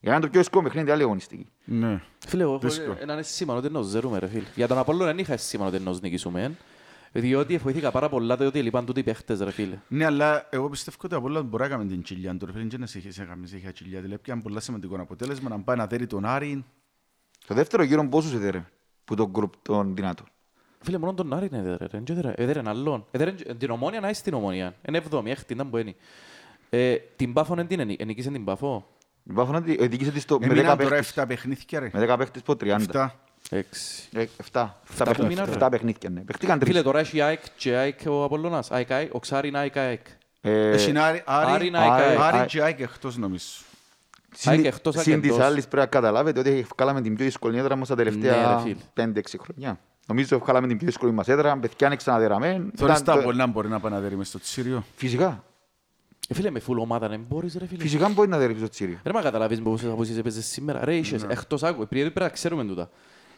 Για μένα το πιο δύσκολο παιχνίδι είναι η άλλη αγωνιστική.
Ναι.
Φίλε, εγώ
Δύσκολο.
έχω έναν αισθήμα ότι ενός ζερούμε, ρε φίλε. Για τον Απόλλωνα δεν είχα αισθήμα ότι ενός νικήσουμε. εν. Διότι βοήθηκα πάρα πολλά, διότι λείπαν τούτοι οι παίχτες, ρε φίλε.
Ναι, αλλά εγώ πιστεύω ότι από όλα μπορεί να κάνει την τσιλιά του. ρε φίλε, και να σε σε καμία συνέχεια τσιλιά. Δηλαδή, πιάνε πολλά σημαντικό αποτέλεσμα να πάει να δέρει τον Άρη.
Το δεύτερο γύρο πόσους έδερε που τον γκρουπ των δυνατών.
Φίλε, μόνο τον Άρη είναι έδερε, ρε. Εντζέ έδερε- έδερε άλλον. Έδερε εντζ- την ομόνια να είσαι την ομόνια. Είναι εβδομή, έκτη, ήταν που είναι. Ε, την Πάφο δεν την ενι- ενίκησε την Πάφο.
Υπάρχουν ότι οδηγήσε της στο με 10
Εμείναν τώρα
παίχτες.
7 παιχνίδια, ρε.
Με 10 παίχτες Ε, από 30. 7.
7.
Έξι.
7
που μείναν, ρε.
παιχνίδια, ναι. Παίχτηκαν
Φίλε,
τρεις.
τώρα έχει ΑΕΚ και ΑΕΚ ο Απολλωνάς. ΑΕΚ, ΑΕΚ, ο Ξάρι είναι ΑΕΚ, ΑΕΚ.
Ε,
Έχει Άρη,
Άρη,
Άρη,
να- ΑΕΚ,
Άρη,
Άρη
Άρη.
και ΑΕΚ εκτός νομίζω.
Άι και εκτός, άι και
Συν της
εντός.
άλλης πρέπει να καταλάβετε ότι βγάλαμε την πιο δύσκολη έδρα μας τα
Ναι, ρε
τελευταία
φίλε.
5-6 χρόνια. Νομίζω βγάλαμε την πιο δύσκολη μας έδρα, παιδιά είναι ξαναδεραμέ.
Θεωρείς
Ήταν
τα
το-
πολλά μπορεί να πάει να δέρει μες στο τσίριο.
Φυσικά.
Ε, φίλε, με φουλ ομάδα δεν μπορείς ρε φίλε.
Φυσικά μπορεί να δερεί στο τσίριο.
Ρε, μα καταλάβεις με πόσες αποσίες έπαιζες σήμερα. Ρε, είχες,
Ναι.
εκτός άκου, επειδή πρέπει να ξέρουμε τούτα.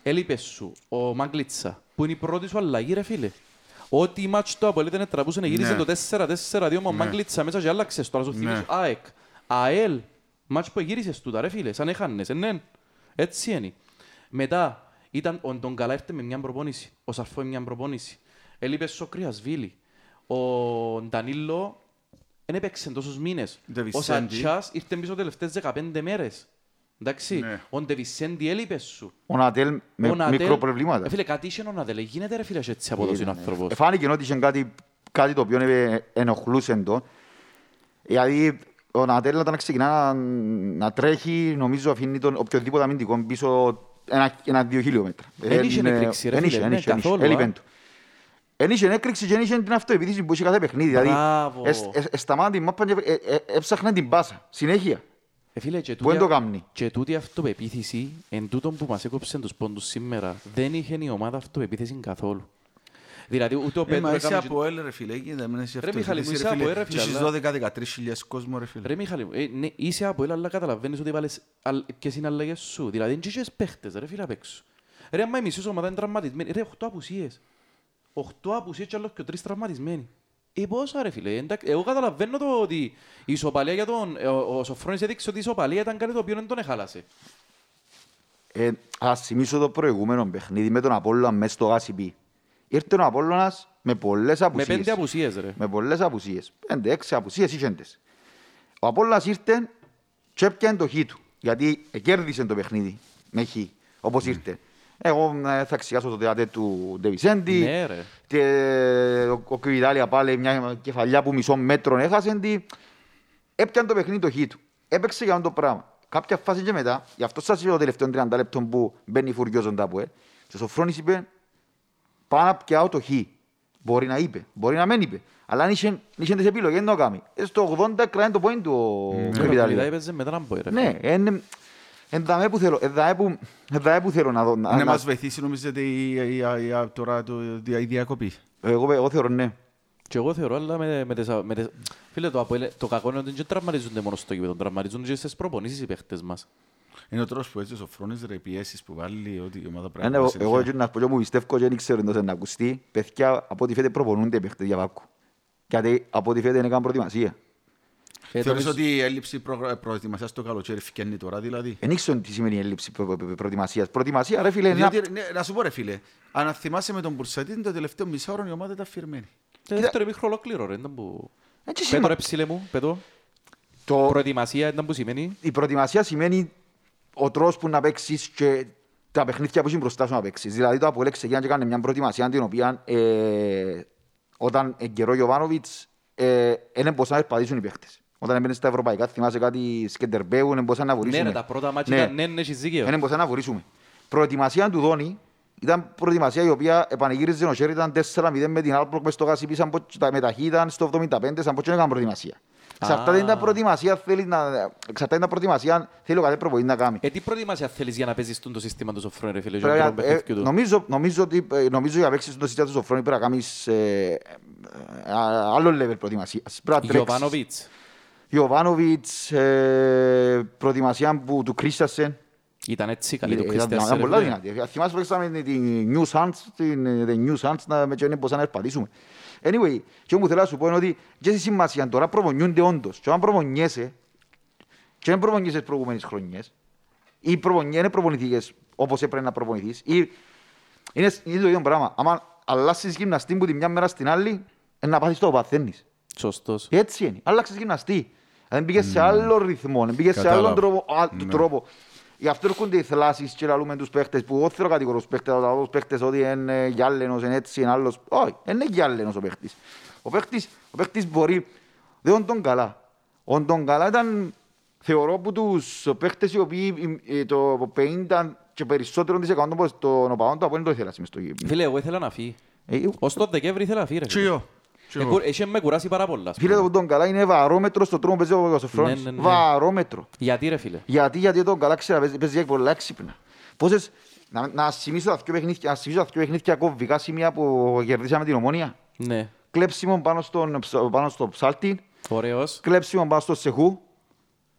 Έλειπες σου ο Μαγκλίτσα, που είναι η πρώτη σου αλλαγή, ρε φίλε. Ό,τι η μάτς του Αποέλ δεν τραβούσε, γύρισε
Ναι.
το 4-4-2 με ο Μαγκλίτσα μέσα και άλλαξες το, αλλά σου
Ναι.
θυμίσω ΑΕΚ. ΑΕΛ, μάτς που γύρισες τούτα, ρε φίλε, σαν έχανες, ε, ναι. Έτσι είναι. Μετά, ήταν ο Ντογκαλά ήρθε με μια προπόνηση, ο Σαρφό με μια προπόνηση. Έλειπες σου ο Κρυασβίλη, ο Ντανίλο δεν έπαιξε τόσους μήνες.
Ντε
Ο
Βισέντη.
Σατσιά Ας ήρθε πίσω τελευταίες 15 μέρες. Εντάξει,
Ναι.
ο Ντεβισέντη έλειπε σου.
Ο Νατέλ με
Ο Νατέλ-
μικρό προβλήματα.
Ε, Φίλε, κάτι είχε ο Νατέλ. Ε, Γίνεται ρε φίλε έτσι από τόσο είναι άνθρωπος.
Ε, Φάνηκε ότι είχε κάτι, κάτι το οποίο ε, ενοχλούσε τον. Δηλαδή, ο Νατέλ όταν ξεκινά να, να τρέχει, νομίζω αφήνει τον οποιοδήποτε αμυντικό πίσω ένα, ένα δύο χιλιόμετρα. Ε,
Εν είχε
Είναι-
έκρηξη, ρε
εν
φίλε,
είχε, εν
ναι,
είχε, εν είχε.
καθόλου,
Έλειπε
α.
του. Εν είχε έκρηξη και εν είχε την αυτοεπίθεση που είχε κάθε παιχνίδι. Δηλαδή,
Μπράβο.
εσ- εσ- εσταμάτα την μάπα και ε, ε, έψαχνε την πάσα. Συνέχεια.
Ε, φίλε, και
Πού εν το
τούτη-
κάνει.
και τούτη αυτοπεποίθηση, εν τούτον που μας έκοψε τους πόντους σήμερα, δεν είχε η ομάδα αυτοπεποίθηση καθόλου. Δηλαδή, ούτε ο
Ε,
Πέτρο
μα είσαι
έκαμε... και-
από ελ ρε φίλε, και δεν είσαι
Ρε, Μιχάλη μου,
αυτοεπίθεση,
είσαι από
φίλε.
ελ, ρε,
Και
φίλε,
έχεις
αλλά-
12-13 χιλιάδες κόσμο ρε φίλε.
Ρε Μιχάλη μου, ε, ναι, είσαι από έλα, αλλά καταλαβαίνεις ότι βάλες αλ- ποιες είναι οι αλλαγές σου. Δηλαδή, δεν είχες παίχτες, ρε φίλε, απ' έξω. Ρε, άμα η μισής σου ομάδα είναι τραυματισμένη, ρε, 8 απουσίες. 8 απουσίες και άλλος και 3 τραυματισμένοι. Ε, πόσα ρε φίλε, εντάξει, εγώ καταλαβαίνω το ότι η ισοπαλία για τον... ε, Ο, ο Σοφρόνης έδειξε ότι η ισοπαλία ήταν κάτι το οποίο δεν τον έχαλασε.
Ε, ας θυμίσω το προηγούμενο παιχνίδι με τον Απόλλωνα μέσα στο Γάσιμπι. Ήρθε ο Απόλλωνας με πολλές
Με
απουσίες.
πέντε απουσίες, ρε.
Με πολλές απουσίες. Πέντε, έξι απουσίες είχε τες. Ο Απόλλωνας ήρθε και έπιανε το χ του. Γιατί κέρδισε το παιχνίδι με χ, όπως ήρθε. Εγώ ε, θα ξεχάσω το τεατέ του Ντεβισέντη.
Ναι, ρε.
Και ο, ο Κιβιτάλια πάλι μια κεφαλιά που μισό μέτρο έχασε. τη. Έπιανε το παιχνίδι το χ του. Έπαιξε για το πράγμα. Κάποια φάση και μετά, γι' αυτό σας είπα το τελευταίο 30 λεπτό που μπαίνει φουριόζοντα που ε. Και ο Σοφρόνης είπε, πάω να πιάω το χ. Μπορεί να είπε, μπορεί να μην είπε. Αλλά αν είχε, είχε τις επιλογές να το κάνει. Ε, Στο 80 κράει το point του ο
Ο
Κιβιτάλια.
Καβιτάλη έπαιζε μετά να μπω, ρε.
Ναι, είναι δαμέ που θέλω, εν δαμέ που, εν δαμέ που θέλω να δω.
Να
να- να-
Ναι, μας βοηθήσει νομίζετε η- η- η- η- τώρα το- η διακοπή.
Εγώ, εγώ θεωρώ ναι.
Και εγώ θεωρώ, αλλά με, με τις, α- με τις... Φίλε, το, Αποέλ- το κακό είναι ότι δεν τραυματίζονται μόνο στο γήπεδο, τραυματίζονται και στις προπονήσεις οι παίχτες μας.
Είναι ο τρόπος που έτσι ο Σοφρόνης ρε οι πιέσεις που βάλει ότι η ομάδα πρέπει
Ναι,
Ένα,
να
εγώ-
συνεχίσει.
Εγώ και να πω και μου πιστεύω και δεν ξέρω εντός να ακουστεί. Παιδιά από ό,τι φαίνεται προπονούνται οι παίχτες για βάκου. Γιατί από ό,τι φαίνεται είναι καν προετοιμασία.
Ε,
Θεωρείς
το-
ότι η έλλειψη προ- προετοιμασίας στο καλοκαίρι φκένει τώρα δηλαδή.
Δεν ξέρω τι σημαίνει έλλειψη προ- προ- προ- προετοιμασίας. Προετοιμασία, ρε
Ε,
φίλε, είναι
Διότι, ναι, να σου πω ρε φίλε, αν θυμάσαι με τον Μπουρσατίν το τελευταίο μισάωρο η ομάδα ήταν αφηρημένη.
Το δεύτερο μήχρο ολόκληρο ρε, ήταν που...
Έτσι
Πέτω
σήμα-
ρε ψηλέ μου, πέτω.
Ε, το-
Προετοιμασία ήταν που σημαίνει.
Η προετοιμασία σημαίνει ο τρόπος που να παίξεις και τα παιχνίδια που έχει μπροστά σου να παίξεις. Δηλαδή το Αποέλ ξεκινά και κάνει μια προετοιμασία την οποία ε, όταν εν καιρό Γιωβάνοβιτς ε, δεν μπορούσαν να περπατήσουν οι παίχτες. Όταν έμπαινε στα ευρωπαϊκά, θυμάσαι κάτι Σκεντερμπέου, δεν μπορούσαν να
Ναι
βουρήσουμε.
ρε, τα πρώτα μάτια
Ναι.
ήταν ναι, ναι, έχεις δίκαιο.
Δεν μπορούσαν να βουρήσουμε. Προετοιμασία του Δόνη ήταν προετοιμασία η οποία επανεγύριζε ο Σέρι, ήταν 4-0 με την Άλπροκ μες στο Γασίπι, σαν πως τα μεταχή ήταν στο 75, σαν πως και δεν έκαναν προετοιμασία. Εξαρτάται την προετοιμασία θέλει να... Εξαρτάται την προετοιμασία θέλει ο κάθε προπονητής να κάνει.
Ε, τι προετοιμασία θέλεις για να παίζεις στον το σύστημα του Σοφρόν, ρε φίλε, και
Πρέπει να-
τον
ε,
παιχνίδι του.
νομίζω, νομίζω ότι ε, νομίζω για να παίξεις το σύστημα του Σοφρόνη πρέπει να κάνεις ε, ε, α- άλλο level προετοιμασίας. Πρέπει να τρέξεις.
Γιωβάνοβιτς.
Ιωβάνοβιτς, ε, προετοιμασία που- του Κρίστασεν.
Ήταν έτσι καλή του
Ε, Ήταν-
Κρίστιας.
Ήταν πολλά δυνατή. Θυμάσαι που έξαμε την New Suns, την ε, The New Suns, να με τσιόνι πως να ερπατήσουμε. Anyway, και μου θέλω να σου πω είναι ότι και στη σημασία τώρα προπονιούνται όντως. Και αν προπονιέσαι, και δεν προπονιέσαι τις προηγούμενες χρονιές, ή προπονιέ- είναι προπονητικές όπως έπρεπε να προπονηθείς, ή είναι, είναι το ίδιο πράγμα. Άμα αλλάσεις γυμναστή που τη μια μέρα στην άλλη, ε, να πάθεις το που παθαίνεις.
Σωστός.
Έτσι είναι. Άλλαξες γυμναστή. Δεν πήγες σε άλλο ρυθμό, δεν πήγες σε
Κατάλαβα.
άλλον τρόπο. α, του τρόπο. Γι' αυτό έρχονται οι θλάσεις και λαλούμε τους παίχτες που εγώ θέλω κατηγορούς παίχτες, αλλά τους παίχτες ότι είναι γυάλαινος, είναι έτσι, είναι άλλος. Όχι, δεν είναι γυάλαινος ο παίχτης. Ο παίχτης, ο παίχτης μπορεί, δεν είναι τον καλά. Ο τον καλά ήταν, θεωρώ, που τους παίχτες οι οποίοι ε, το 50 και περισσότερο της εκατόν των οπαδών του Απόλλη το ήθελα σήμερα στο γήπεδο.
Φίλε, εγώ ήθελα να φύγει.
Ε,
Ως το Δεκέμβρη ήθελα να φύγει, ρε φίλε.
Και εγώ.
Ε, κου- Έχει με κουράσει πάρα πολλά. ας
Φίλε,
πούμε.
τον τον καλά είναι βαρόμετρο στο τρόπο που παίζει ο Παπασοφρόνης.
Ναι, ναι, ναι.
Βαρόμετρο.
Γιατί ρε φίλε.
Γιατί, γιατί τον καλά ξέρει να παίζει- παίζει πολλά ξύπνα. Πόσες, να, να θυμίσω τα δυο παιχνίδια, να θυμίσω τα δυο παιχνίδια κομβικά σημεία που κερδίσαμε την ομόνια.
Ναι.
Κλέψιμο πάνω, στον, ψ- πάνω στο ψάλτη,
Ωραίος.
κλέψιμο πάνω στο σεχού,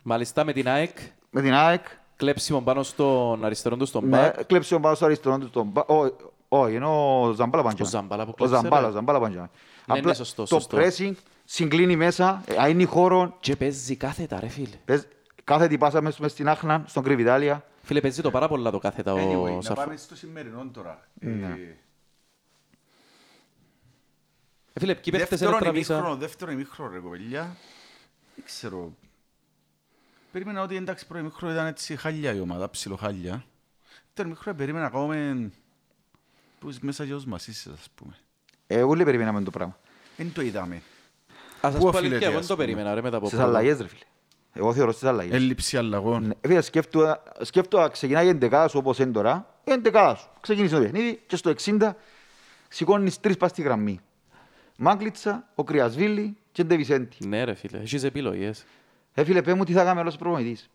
Μάλιστα με την ΑΕΚ.
με την ΑΕΚ,
Κλέψιμο πάνω στον αριστερό του στον
με,
μπακ.
κλέψιμο πάνω στο αριστερό του τον μπα- ό, Όχι, ενώ ο Ζαμπάλα Παντζιάν.
Ο Ζαμπάλα που
Ο
κλέψε,
Ζαμπάλα,
ρε.
ο Ζαμπάλα Παντζιάν.
Ναι,
Απλά
ναι, σωστό,
το
σωστό.
pressing συγκλίνει μέσα, ε, αείνει χώρο,
Και παίζει κάθετα ρε φίλε.
Πες, κάθε τι πάσα μες μες στην Άχνα, στον Κρυβιτάλια.
Φίλε παίζει το πάρα πολλά το κάθετα ο
Anyway, να
Σαφ. Ναι.
πάμε στο σημερινό τώρα. Ε,
Ε, Φίλε, ποιοι παίχτες
Δεύτερον
είναι τραβήσα.
ημίχρονο, δεύτερο ημίχρονο ρε κοπελιά. Δεν ξέρω. Περίμενα ότι εντάξει πρώτο ημίχρονο ήταν έτσι χάλια η ομάδα, ψιλοχάλια. Δεύτερο ημίχρονο περίμενα ακόμα που είσαι μέσα γιος μας είσαι ας πούμε.
Εγώ λέει Ε, περιμέναμε το πράγμα.
Δεν το είδαμε.
Ας σας
Πού
πω αλήθεια,
οφείλεται,
εγώ δεν
ας
το
πούμε.
περίμενα ρε μετά από
Στις
πολλά.
αλλαγές ρε φίλε. Εγώ θεωρώ στις αλλαγές.
Έλλειψη αλλαγών.
Ναι, Φίλε, σκέφτομαι, σκέφτομαι ξεκινάει η εντεκάδα σου όπως είναι τώρα. Η εντεκάδα σου. Ξεκίνησε το παιχνίδι και στο 60 σηκώνεις τρεις πας στη γραμμή. Μάγκλητσα, ο Κρυασβίλη και ο Ντεβισέντη.
Ναι ρε φίλε, έχεις επιλογές.
Ε, φίλε, πέ μου τι θα κάνουμε όλος ο προπονητής.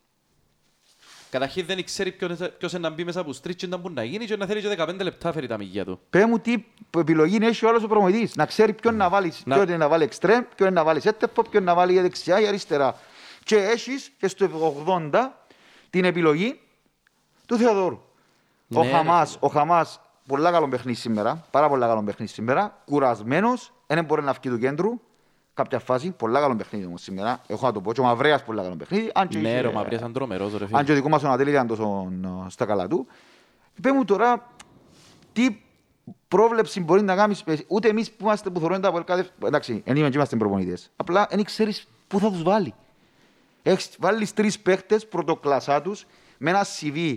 Καταρχήν δεν ξέρει ποιος- ποιος είναι να μπει μέσα από στρίτ και να μπορεί να γίνει και να θέλει και 15 λεπτά φέρει τα μυγιά του.
Πέ μου τι επιλογή έχει όλος ο προπονητής. Να ξέρει ποιον να βάλεις.
Να-
Ποιον είναι να βάλει εξτρέμ, ποιον είναι να βάλεις έτεπο, ποιον να βάλει δεξιά ή αριστερά. Και έχεις και στο 80 την επιλογή του Θεοδόρου. ο
Ναι, ρε
Χαμάς, ο Χαμάς, πολλά καλό παιχνίδι σήμερα. Πάρα πολλά καλό παιχνίδι σήμερα. Κουρασμένος, δεν μπορεί να βγει του κέντρου. Κάποια φάση, πολλά καλό παιχνίδι όμως σήμερα. Έχω να το πω. Και ο Μαυρέας πολλά καλό παιχνίδι. αν και
Ναι
είχε-
ρε, ο Μαυρίας ήταν τρομερός ρε
αν
φίλε.
και ο δικός μας ο Ανατέλη ήταν τόσο ε, στα καλά του. Πες μου τώρα, τι πρόβλεψη μπορεί να κάνεις, ε, ούτε εμείς που είμαστε που θεωρούμε τα πολύ κάθε... Εντάξει, εν είμαι και είμαστε προπονητές. Απλά δεν ξέρεις πού θα τους βάλει. Έχεις βάλεις τρεις παίχτες πρωτοκλασσά τους με ένα CV,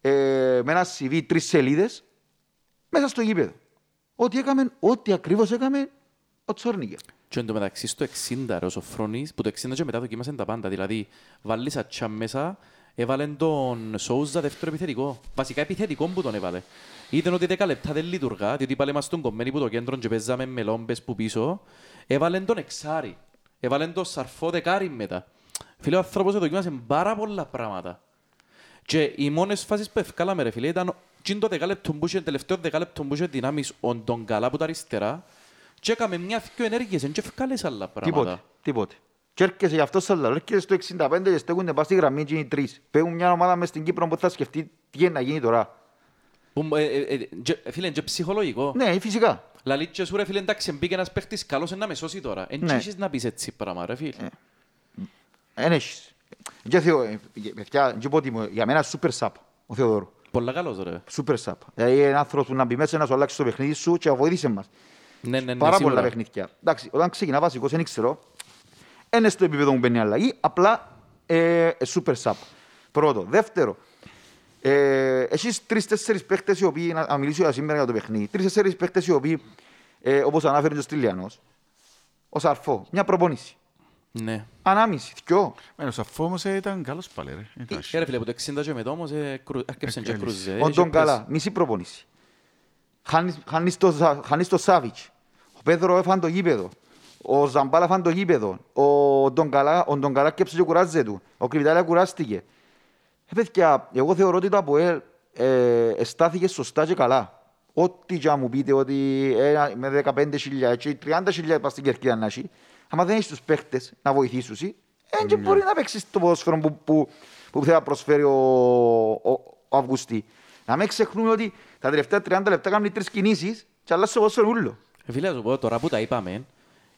ε, με ένα CV τρεις σελίδες μέσα στο γήπεδο. Ό,τι έκαμε, ό,τι ακριβώς έκαμε, ο Τσόρνικερ.
Και εν τω μεταξύ στο 60 ρε ο Σοφρόνης, που το 60 και μετά δοκίμασαν τα πάντα. Δηλαδή, βάλεις ατσά μέσα, έβαλε τον Σόουζα δεύτερο επιθετικό. Βασικά επιθετικό που τον έβαλε. Είδαν ότι 10 λεπτά δεν λειτουργά, διότι πάλι ήμασταν κομμένοι που το κέντρο και παίζαμε με λόμπες που πίσω. Έβαλε τον εξάρι. Έβαλε τον σαρφό δεκάρι μετά. Φίλε, ο άνθρωπος δοκίμασε πάρα πολλά πράγματα. Και οι μόνες φάσεις που ευκάλαμε ρε φίλε ήταν τσιν το δεκάλεπτο που είχε, τελευταίο δεκάλεπτο που είχε δυνάμεις ον τον καλά που τα αριστερά και έκαμε μια δυο ενέργειες, δεν και ευκάλες άλλα πράγματα.
Τίποτε, τίποτε. Και έρχεσαι γι' αυτό σαν λαό, έρχεσαι στο 65 και στέκονται πάνω στη γραμμή και είναι τρεις. Παίρνουν μια ομάδα μες στην Κύπρο που θα σκεφτεί τι είναι να γίνει τώρα.
Που, ε, ε, ε, και- φίλε, είναι και ψυχολογικό.
Ναι, ε, φυσικά.
Λαλεί και σου ρε φίλε, εντάξει, μπήκε ένας παίχτης καλός ε, να με σώσει τώρα. Εν
Ναι.
ναι. να πεις έτσι πράγμα ρε φίλε.
Εν έχεις. Και θεω, ε, και- παιδιά, και πω ότι μου- για μένα σούπερ σαπ ο Θεοδόρου.
Πολλά καλός ρε.
Σούπερ σαπ. Δηλαδή ένα άνθρωπος που να μπει μέσα να σου αλλάξει το παιχνίδι σου και να βοήθησε μας.
Ναι, ναι, ναι,
Πάρα
σίγουρα.
πολλά παιχνίδια. Εντάξει, όταν ξεκινά βασικός, δεν ξέρω. Είναι στο επίπεδο μου μπαίνει η αλλαγή, απλά ε, ε, super sub. Πρώτο. Δεύτερο, ε, εσείς τρεις-τέσσερις παίχτες οι οποίοι, να, να μιλήσω για σήμερα για το παιχνίδι, τρεις-τέσσερις παίχτες οι οποίοι, ε, όπως ανάφερε και ο Στυλιανός, ο Σαρφό, μια προπόνηση.
Ναι.
Ανάμιση, δυο.
Μένω σαφό όμως ε, ήταν καλός πάλι ρε.
Ε,
Ήταν
ε, ρε φίλε, που το 60 και μετά όμως ε, κρου- άρχιψαν και
Έκανες.
κρούζε.
Ο
Είχε
Ντον
πρες-
Καλά, μισή προπόνηση. Χάνεις- Χάνεις το Ζα- χάνεις το Σάβιτς. Ο Πέδρο έφανε το γήπεδο. Ο Ζαμπάλα έφανε το γήπεδο. Ο Ντον Καλά, ο Ντον Καλά κέψε και κουράζε του. Ο Κρυβιτάλια κουράστηκε. Ε, παιδιά, εγώ θεωρώ ότι το ΑΠΟΕΛ ε, εστάθηκε σωστά και καλά. Ό,τι και να μου πείτε ότι ένα- με 15.000 και 30.000 πας στην Κερκίδα να έχει, άμα δεν έχεις τους παίχτες να βοηθήσουν, δεν και μπορεί να παίξεις το ποδόσφαιρο που, που, που θέλει να προσφέρει ο, ο, ο Αυγουστή. Να μην ξεχνούμε ότι τα τελευταία 30 λεπτά κάνουν τρεις κινήσεις και αλλάζει το ποδόσφαιρο ούλο.
Ε, Φίλε, να σου πω, τώρα που τα είπαμε,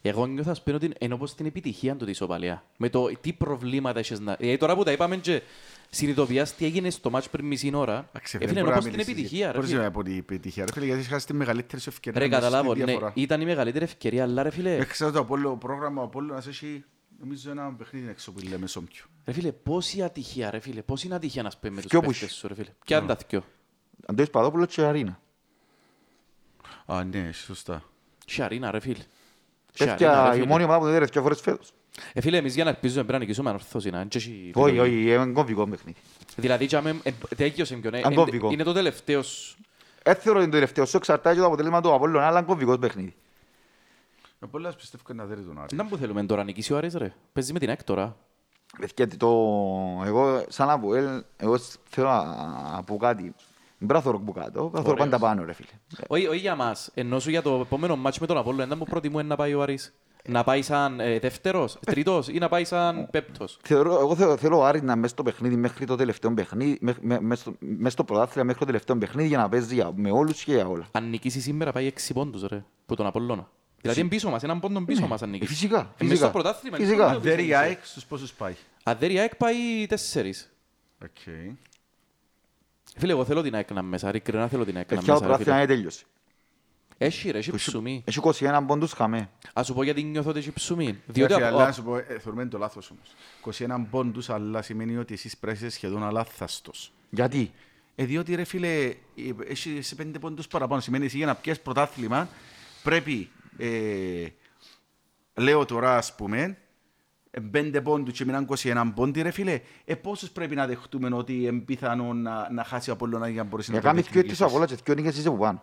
εγώ νιώθω ας πούμε ότι είναι όπως την επιτυχία του της Οπαλία. Με το τι προβλήματα έχεις να... Δηλαδή τώρα που τα είπαμε και συνειδητοποιάς τι έγινε στο μάτς πριν μισή ώρα,
Εντάξει,
ε,
δεν
φίλε, είναι
μπορώ να
όπως την
μιλήσεις
επιτυχία.
για-
Ρε,
Μπορείς να
φίλε.
μιλήσεις από την επιτυχία ρε φίλε γιατί έχεις χάσει τη μεγαλύτερη σου ευκαιρία.
ρε
να μειώσεις
καταλάβω,
τη
ναι,
διαφορά.
ήταν η μεγαλύτερη ευκαιρία, αλλά ρε φίλε,
Έχασα το Απόλλω- πρόγραμμα ο Απόλλωνας έχει νομίζω ένα παιχνίδι έξω που λέμε Σόμπιο.
ρε φίλε, πόση ατυχία, ρε φίλε, πόση είναι ατυχία να σπέμε τους
Ποιο που
παίχτες
είσαι?
σου, ρε φίλε. Ποια είναι τα δυο.
Αντώνης Παδόπουλος και Αρίνα.
Α, ναι, σωστά.
Σιαρίνα, ρε φίλε. Σιαρίνα,
Τέτοια
ρε
η
φίλε.
μόνη ομάδα που δεν έρευε και φορές φέτος.
Ε, φίλε, εμείς για να ελπίζουμε πρέπει να νικήσουμε ανορθώσει, να είναι και έχει
Όχι,
επιλογή.
όχι, είναι κομβικό παιχνίδι.
Δηλαδή, για μέ- ε, τέγιος είναι ποιον, ε,
Αν κόβικο.
ε, είναι το τελευταίος
Δεν θεωρώ ότι είναι το τελευταίο σου εξαρτάται και το αποτέλεσμα του Απόλλωνα, αλλά είναι κομβικός παιχνίδι.
Με πολλά Ε, πιστεύω να δέρει τον Άρη.
Να που θέλουμε τώρα, νικήσει ο Άρης ρε. Παίζει με την ΕΚ τώρα.
Γιατί το... Εγώ, σαν να πω, ε, εγώ σ- θέλω να- να πω κάτι. Μην πρέπει να θωρώ που κάτω, πρέπει να θωρώ
Ωραίος.
πάντα πάνω, ρε φίλε.
Όχι, όχι για μας. Ενώ σου για το επόμενο μάτσο με τον Απόλλωνα, ήταν που προτιμούν να πάει ο Άρης. Να πάει σαν ε, δεύτερος, τρίτος ή να πάει σαν πέπτος.
Θεωρώ, εγώ θέλω, θέλω ο Άρης να μέσα στο παιχνίδι μέχρι το τελευταίο παιχνίδι, μέχ- με- μέσα στο- μέσα στο πρωτάθλημα μέχρι το τελευταίο παιχνίδι για να παίζει για- με όλους και για όλα.
Αν νικήσεις σήμερα πάει 6 πόντους ρε, που τον Απόλλωνα. Δηλαδή είναι πίσω μας, έναν πόντο πίσω μας αν
Ε,
νικήσεις.
Φυσικά.
Ε, μες
φυσικά.
στο πρωτάθλημα,
Φυσικά.
είναι
Αν δέρει η ΑΕΚ, στους πόσους πάει.
Αν δεν η ΑΕΚ πάει 4.
Οκ.
Φίλε, εγώ θέλω την ΑΕΚ να μέσα, ρε, ειλικρινά θέλω την ΑΕΚ να
Παιδιά, το
μέσα. ρε,
Ε, πρωτάθλημα
φίλε.
είναι τέλειωσε.
Έχει ρε, έχει
Που έχει-
ψωμί.
Έχει 21 πόντους χαμέ.
Ας σου πω γιατί νιώθω ότι έχει ψωμί. Διότι
Διότι
ο-
αλλά να σου πω, ε, θεωρούμε είναι το λάθος όμως. 21 πόντους, αλλά σημαίνει ότι εσείς πρέπει να είσαι σχεδόν αλάθαστος.
Γιατί.
Ε, διότι ρε φίλε, ε, έχει σε πέντε πόντους παραπάνω. Σημαίνει εσύ για να πιέσεις πρωτάθλημα, πρέπει, ε, λέω τώρα ας πούμε, ε, πέντε πόντους και μείναν 21 πόντοι ρε φίλε, ε, πόσους πρέπει να δεχτούμε ότι είναι πιθανό να, να χάσει ο Απόλλωνα για να μπορέσει
Για
να
να κάνεις πιο
διεκδικήσεις.
έτσι αγώνα και πιο νίκες είσαι που πάνω.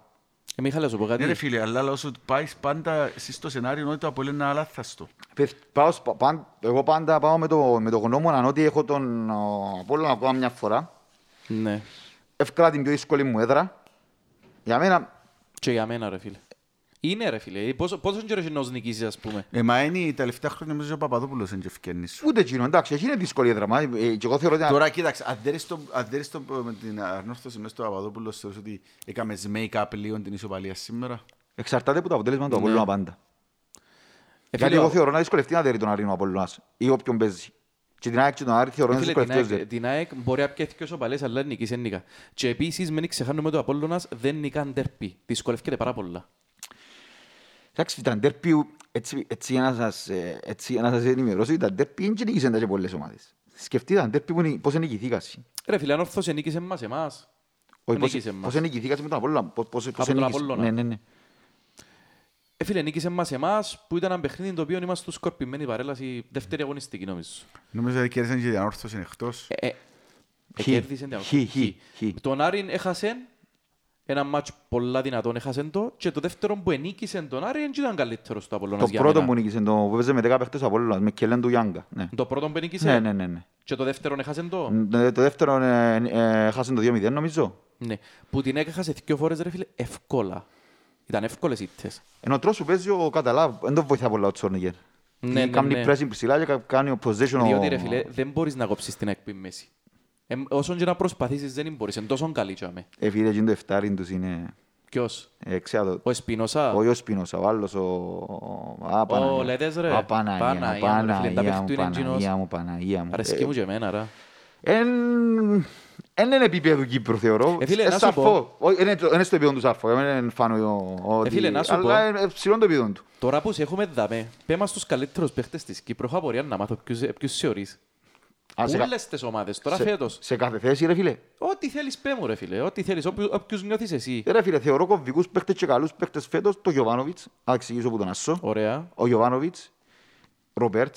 Ε, Μιχάλη, να σου πω
Ναι ρε
κάτι.
φίλε, αλλά όσο πάεις πάντα εσύ στο σενάριο ότι το Απόλλωνα είναι αλάθαστο.
Παι- Πάω, σ- πα- παν- εγώ πάντα πάω με το, με το γνώμονα ότι έχω τον ο, Απόλλωνα ακόμα μια φορά.
Ναι.
Εύκολα την πιο δύσκολη μου έδρα. Για μένα,
Και για μένα, ρε φίλε. Είναι, ρε φίλε. Ε, Πόσο, πόσο καιρός έχει να νικήσεις, ας πούμε.
Ε, μα είναι τα τελευταία χρόνια νομίζω ο Παπαδόπουλος είναι και ευκαιρνής σου.
ούτε εκείνο, εντάξει, έχει είναι δύσκολη έδρα. Μα, ε, και εγώ θεωρώ ότι...
Τώρα κοίταξε, αν δέρεις το- αν δέρεις το με την αρνόρθωση μέσα στο Παπαδόπουλο, θεωρείς ότι έκαμε make-up λίγο την ισοπαλία σήμερα.
Εξαρτάται από το αποτέλεσμα του Απόλλωνα πάντα.
Ε,
Γιατί
φίλε,
εγώ
ο-
θεωρώ να δυσκολευτεί να δέρει τον Άρη ο Απόλλωνας ή όποιον παίζει. Και την ΑΕΚ και τον Άρη θεωρώ
ε,
να
Φίλε, την
δυσκολευτεί. ως
ΑΕΚ,
δέρι.
την ΑΕΚ μπορεί να πιέθει και όσο παλές, αλλά νικήσει, ένικα. Και επίσης, μην ξεχάνουμε ότι ο Απόλλωνας δεν νικάν τέρπι. Δυσκολεύκεται πάρα πολλά.
ε, Εντάξει, τα ντέρπι, έτσι, έτσι, να σας, ε, έτσι να σας ενημερώσω, τα ντέρπι δεν νίκησαν τα και πολλές ομάδες. Σκεφτείτε τα ντέρπι που νι- πώς νικηθήκασαι.
Ρε φίλε, αν όρθος ενίκησε μας εμάς.
Όχι, πώς-
Νίκησε μας.
Πώς νικηθήκασαι με τον Απόλλωνα. Πώς, πώς, πώς
τον
νίκησε.
Απόλλωνα.
Ναι, ναι, ναι.
Ε, φίλε, νίκησε μας εμάς που ήταν ένα παιχνίδι το οποίο είμαστε σκορπιμένοι παρέλαση δεύτερη αγωνιστική νομίζω.
Νομίζω ότι κέρδισαν και την αρνόρθωση εκτός.
Ε, ε, ε,
Χι.
κέρδισε την αγώνα.
Χι, χι, χι.
Τον Άρη έχασε ένα μάτς πολλά δυνατόν, έχασε το και το δεύτερο που ενίκησε τον Άρη δεν ήταν καλύτερος στο Απόλλωνας
Το
για
πρώτο
μένα.
που νίκησε, το που έπαιζε με 10 παίχτες ο Απόλλωνας, με Κελέν του Γιάνγκα. Ναι.
Το πρώτο που ενίκησε
Ναι, ναι, ναι, ναι.
και το δεύτερο έχασε το.
Ε, Το δεύτερο ε, ε, χάσαν το 2-0 νομίζω.
Ναι. Που την έχασε δύο φορές ρε φίλε εύκολα. Ήταν εύκολες ήττες.
Ενώ τρως που παίζει ο Καταλάβ, δεν τον βοηθά πολλά ο Τσόρνιγκερ.
Ναι, ναι,
Κάνει
ναι.
pressing ψηλά και κάνει possession. ο-
Διότι ρε φίλε δεν μπορείς να κόψεις την εκπή μέση. Ε, όσον και να προσπαθήσεις δεν μπορείς. Είναι τόσο καλή και αμέ.
Ε, φίλε, εκείνο το εφτάριν τους είναι...
Ποιος.
ε, ξέρω το-
Ο Εσπινόσα.
Όχι ο Σπίνος, ο άλλος, ο... Α, Παναγία.
Λέδες, ρε.
Α, Παναγία,
Παναγία μου, ρε φίλε, τα
Παναγία μου,
παίχτη του είναι εκείνος.
Παναγία μου, Παναγία μου.
Αρέσκει μου και εμένα ρε.
Ε, εν- εν είναι επίπεδο Κύπρου, θεωρώ.
Ε, φίλε,
Ε,
να σου
σαφώ.
πω. Ε,
Όχι, Είναι το- είναι στο επίπεδο του Σαρφό. εμένα Δεν φάνω ότι...
φίλε, να σου
Αλλά
πω.
ε, ε, ψηλό το επίπεδο του.
Τώρα που σε έχουμε δάμε, πέ μας τους καλύτερους παίχτες της Κύπρου. Έχω απορία να μάθω ποιους, ποιους θεωρείς.
Α, σε κα-
Όλες τις ομάδες, τώρα
σε-
φέτος.
Σε κάθε θέση, ρε φίλε.
Ό,τι θέλεις πέ μου ρε φίλε, ό,τι θέλεις, όποιου- όποιους νιώθεις εσύ.
Ε, Ρε φίλε, θεωρώ κομβικούς παίχτες και καλούς παίχτες φέτος. Το Γιωβάνοβιτς, να εξηγήσω που τον άσω.
Ωραία.
Ο Γιωβάνοβιτς, Ρομπέρτ.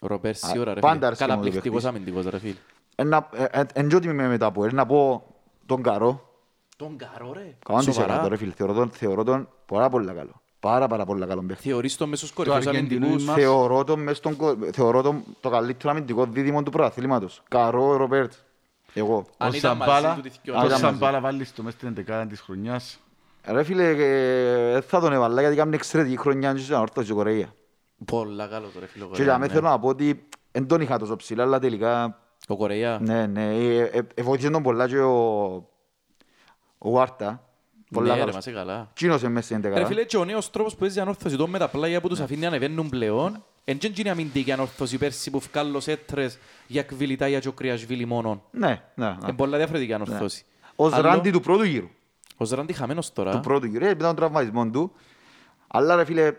Ροπέρ
Α,
σίγουρα ρε
πάντα
φίλε.
αρέσκει μου το
Καταπληκτικός
παίχτης.
αμυντικός ρε φίλε.
Ε, Εν τότε με μετά από ελ, να πω τον Καρό.
Τον καρό ρε.
Σοβαρά.
Σοβαρά.
ρε φίλε. Θεωρώ τον, θεωρώ τον πάρα πολύ καλό. Πάρα πάρα πολύ καλό παίχτη.
Θεωρείς τον μέσος κορυφαίος
Αργεντινού
αμυντικούς.
μας-
Θεωρώ τον, μες στον, κο- θεωρώ τον το καλύτερο αμυντικό δίδυμο του προαθλήματος. Καρό Ροπέρτ. Εγώ.
Αν
Ο
ήταν μαζί
Σαμπάλα-
του τη
ο
θκιόνια.
Σαμπάλα βάλεις στο μέσα στην εντεκάδα της χρονιάς.
Ρε φίλε, ε, θα τον έβαλα γιατί κάνει εξαιρετική χρονιά και στον Ορθός και Κορέα.
Πολλά καλός ρε φίλε. ο
Και
Κορέα,
για μένα
ναι.
θέλω να πω ότι δεν τον είχα τόσο ψηλά, αλλά τελικά
Ο Κορέα.
ναι, ναι, ε, ε, ε, ε, βοήθησε τον πολλά και ο ο Άρτα. Πολλά
Ναι, ρε,
καλός.
μα είσαι καλά.
Κίνωσε μέσα στην ε.
Ρε
εντεκάδα.
φίλε, και ο νέος τρόπος που έζησε ανόρθωση τώρα με τα πλάγια που τους αφήνει να ανεβαίνουν πλέον, εν και είναι αμυντική ανόρθωση πέρσι που φκάλλω έτρες για κβιλιτά για τζοκριασβίλη μόνον.
Ναι, ναι. ναι.
Είναι πολλά διαφορετική ανόρθωση.
Ο
Ε, Άλλο,
Ζράντι του πρώτου γύρου.
Ο Ζράντι χαμένος
Ναι. του
τώρα.
πρώτου γύρου, Ε, επειδή τον τραυματισμός του. Αλλά ρε φίλε,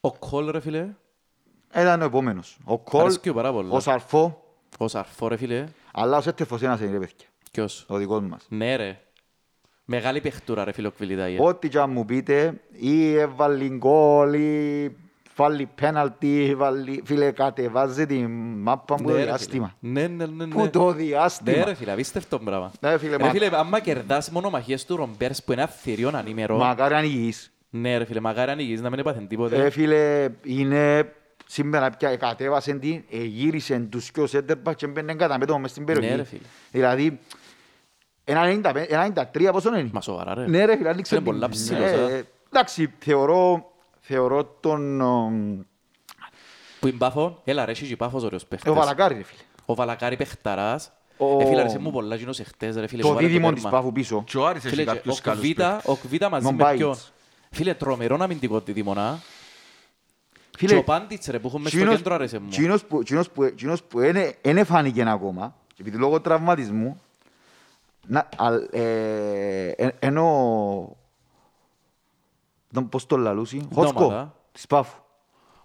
Ο Κόλ ρε φίλε.
ήταν ο επόμενος. Ο Κολ,
Αρέσκει ναι. του πάρα πολλά.
ο Σαρφό,
Ο Σαρφό ρε φίλε.
αλλά ο Σέτεφος ένας είναι ρε παιδιά,
Ποιος.
ο δικός μας.
Ναι ρε. Μεγάλη παιχτούρα ρε φίλε ο Κβιλιτάγια.
Ό,τι και αν μου πείτε, ή έβαλε γκολ, ή βάλει πέναλτι, ή βάλει... Φίλε, κατεβάζει τη μάπα μου
Ναι,
το
ρε, φίλε.
διάστημα.
Ναι, ναι, ναι, ναι.
Που το
Ναι ρε
διάστημα.
φίλε, απίστευτο πράγμα.
Ναι, φίλε,
Ρε
μα-
φίλε, άμα κερδάς μόνο μαχίες του Ρομπέρς που είναι αυθυριόν ανήμερο,
Μακάρι αν υγιείς.
Ναι, ρε φίλε, μακάρι αν ηγείς, να μην έπαθεν τίποτε.
Ε, φίλε, είναι σήμερα πια κατέβασε την, ε, γύρισε τους και ο Σέντερμπακ και μπαίνε κατά μέτωπο μες στην περιοχή.
Ναι, ρε φίλε.
Δηλαδή, ένα 95, ένα 93 πόσο είναι.
Μα σοβαρά, ρε.
Ναι ρε φίλε, άνοιξε
Είναι
την.
πολλά ψηλός,
Ναι,
α.
ε, Εντάξει, θεωρώ, θεωρώ τον... ο,
Που είναι πάφο, έλα ρε, έχει και πάφος ωραίος παίχτες.
Ο Βαλακάρη, ρε φίλε.
Ο Βαλακάρη παίχταράς.
Ο-
Ε, φίλε, αρέσει μου πολλά γίνος εχθές, ρε φίλε.
Το
που Λοιπόν, βάλε
δίδυμο
τέρμα.
της Πάφου πίσω.
Και ο Άρης έχει
Φίλε, και
κάποιους
ο
καλούς
Κβίτα-
παίκτες.
ο Κβίτα μαζί με
Νομπάιτς.
ποιον. Φίλε, τρομερό να μην την κότη δίμονα. Και
Φίλε,
ο Πάντιτς, ρε, που έχουμε στο
Τσίνος-
κέντρο, άρεσε μου.
τσίνος που- τσίνος που- τσίνος που δεν φάνηκε ακόμα, επειδή λόγω τραυματισμού, να- αλ- ε, εν- ενώ... Τον πώς τον λαλούσει, Χότσκο,
Ντόματα.
της Πάφου.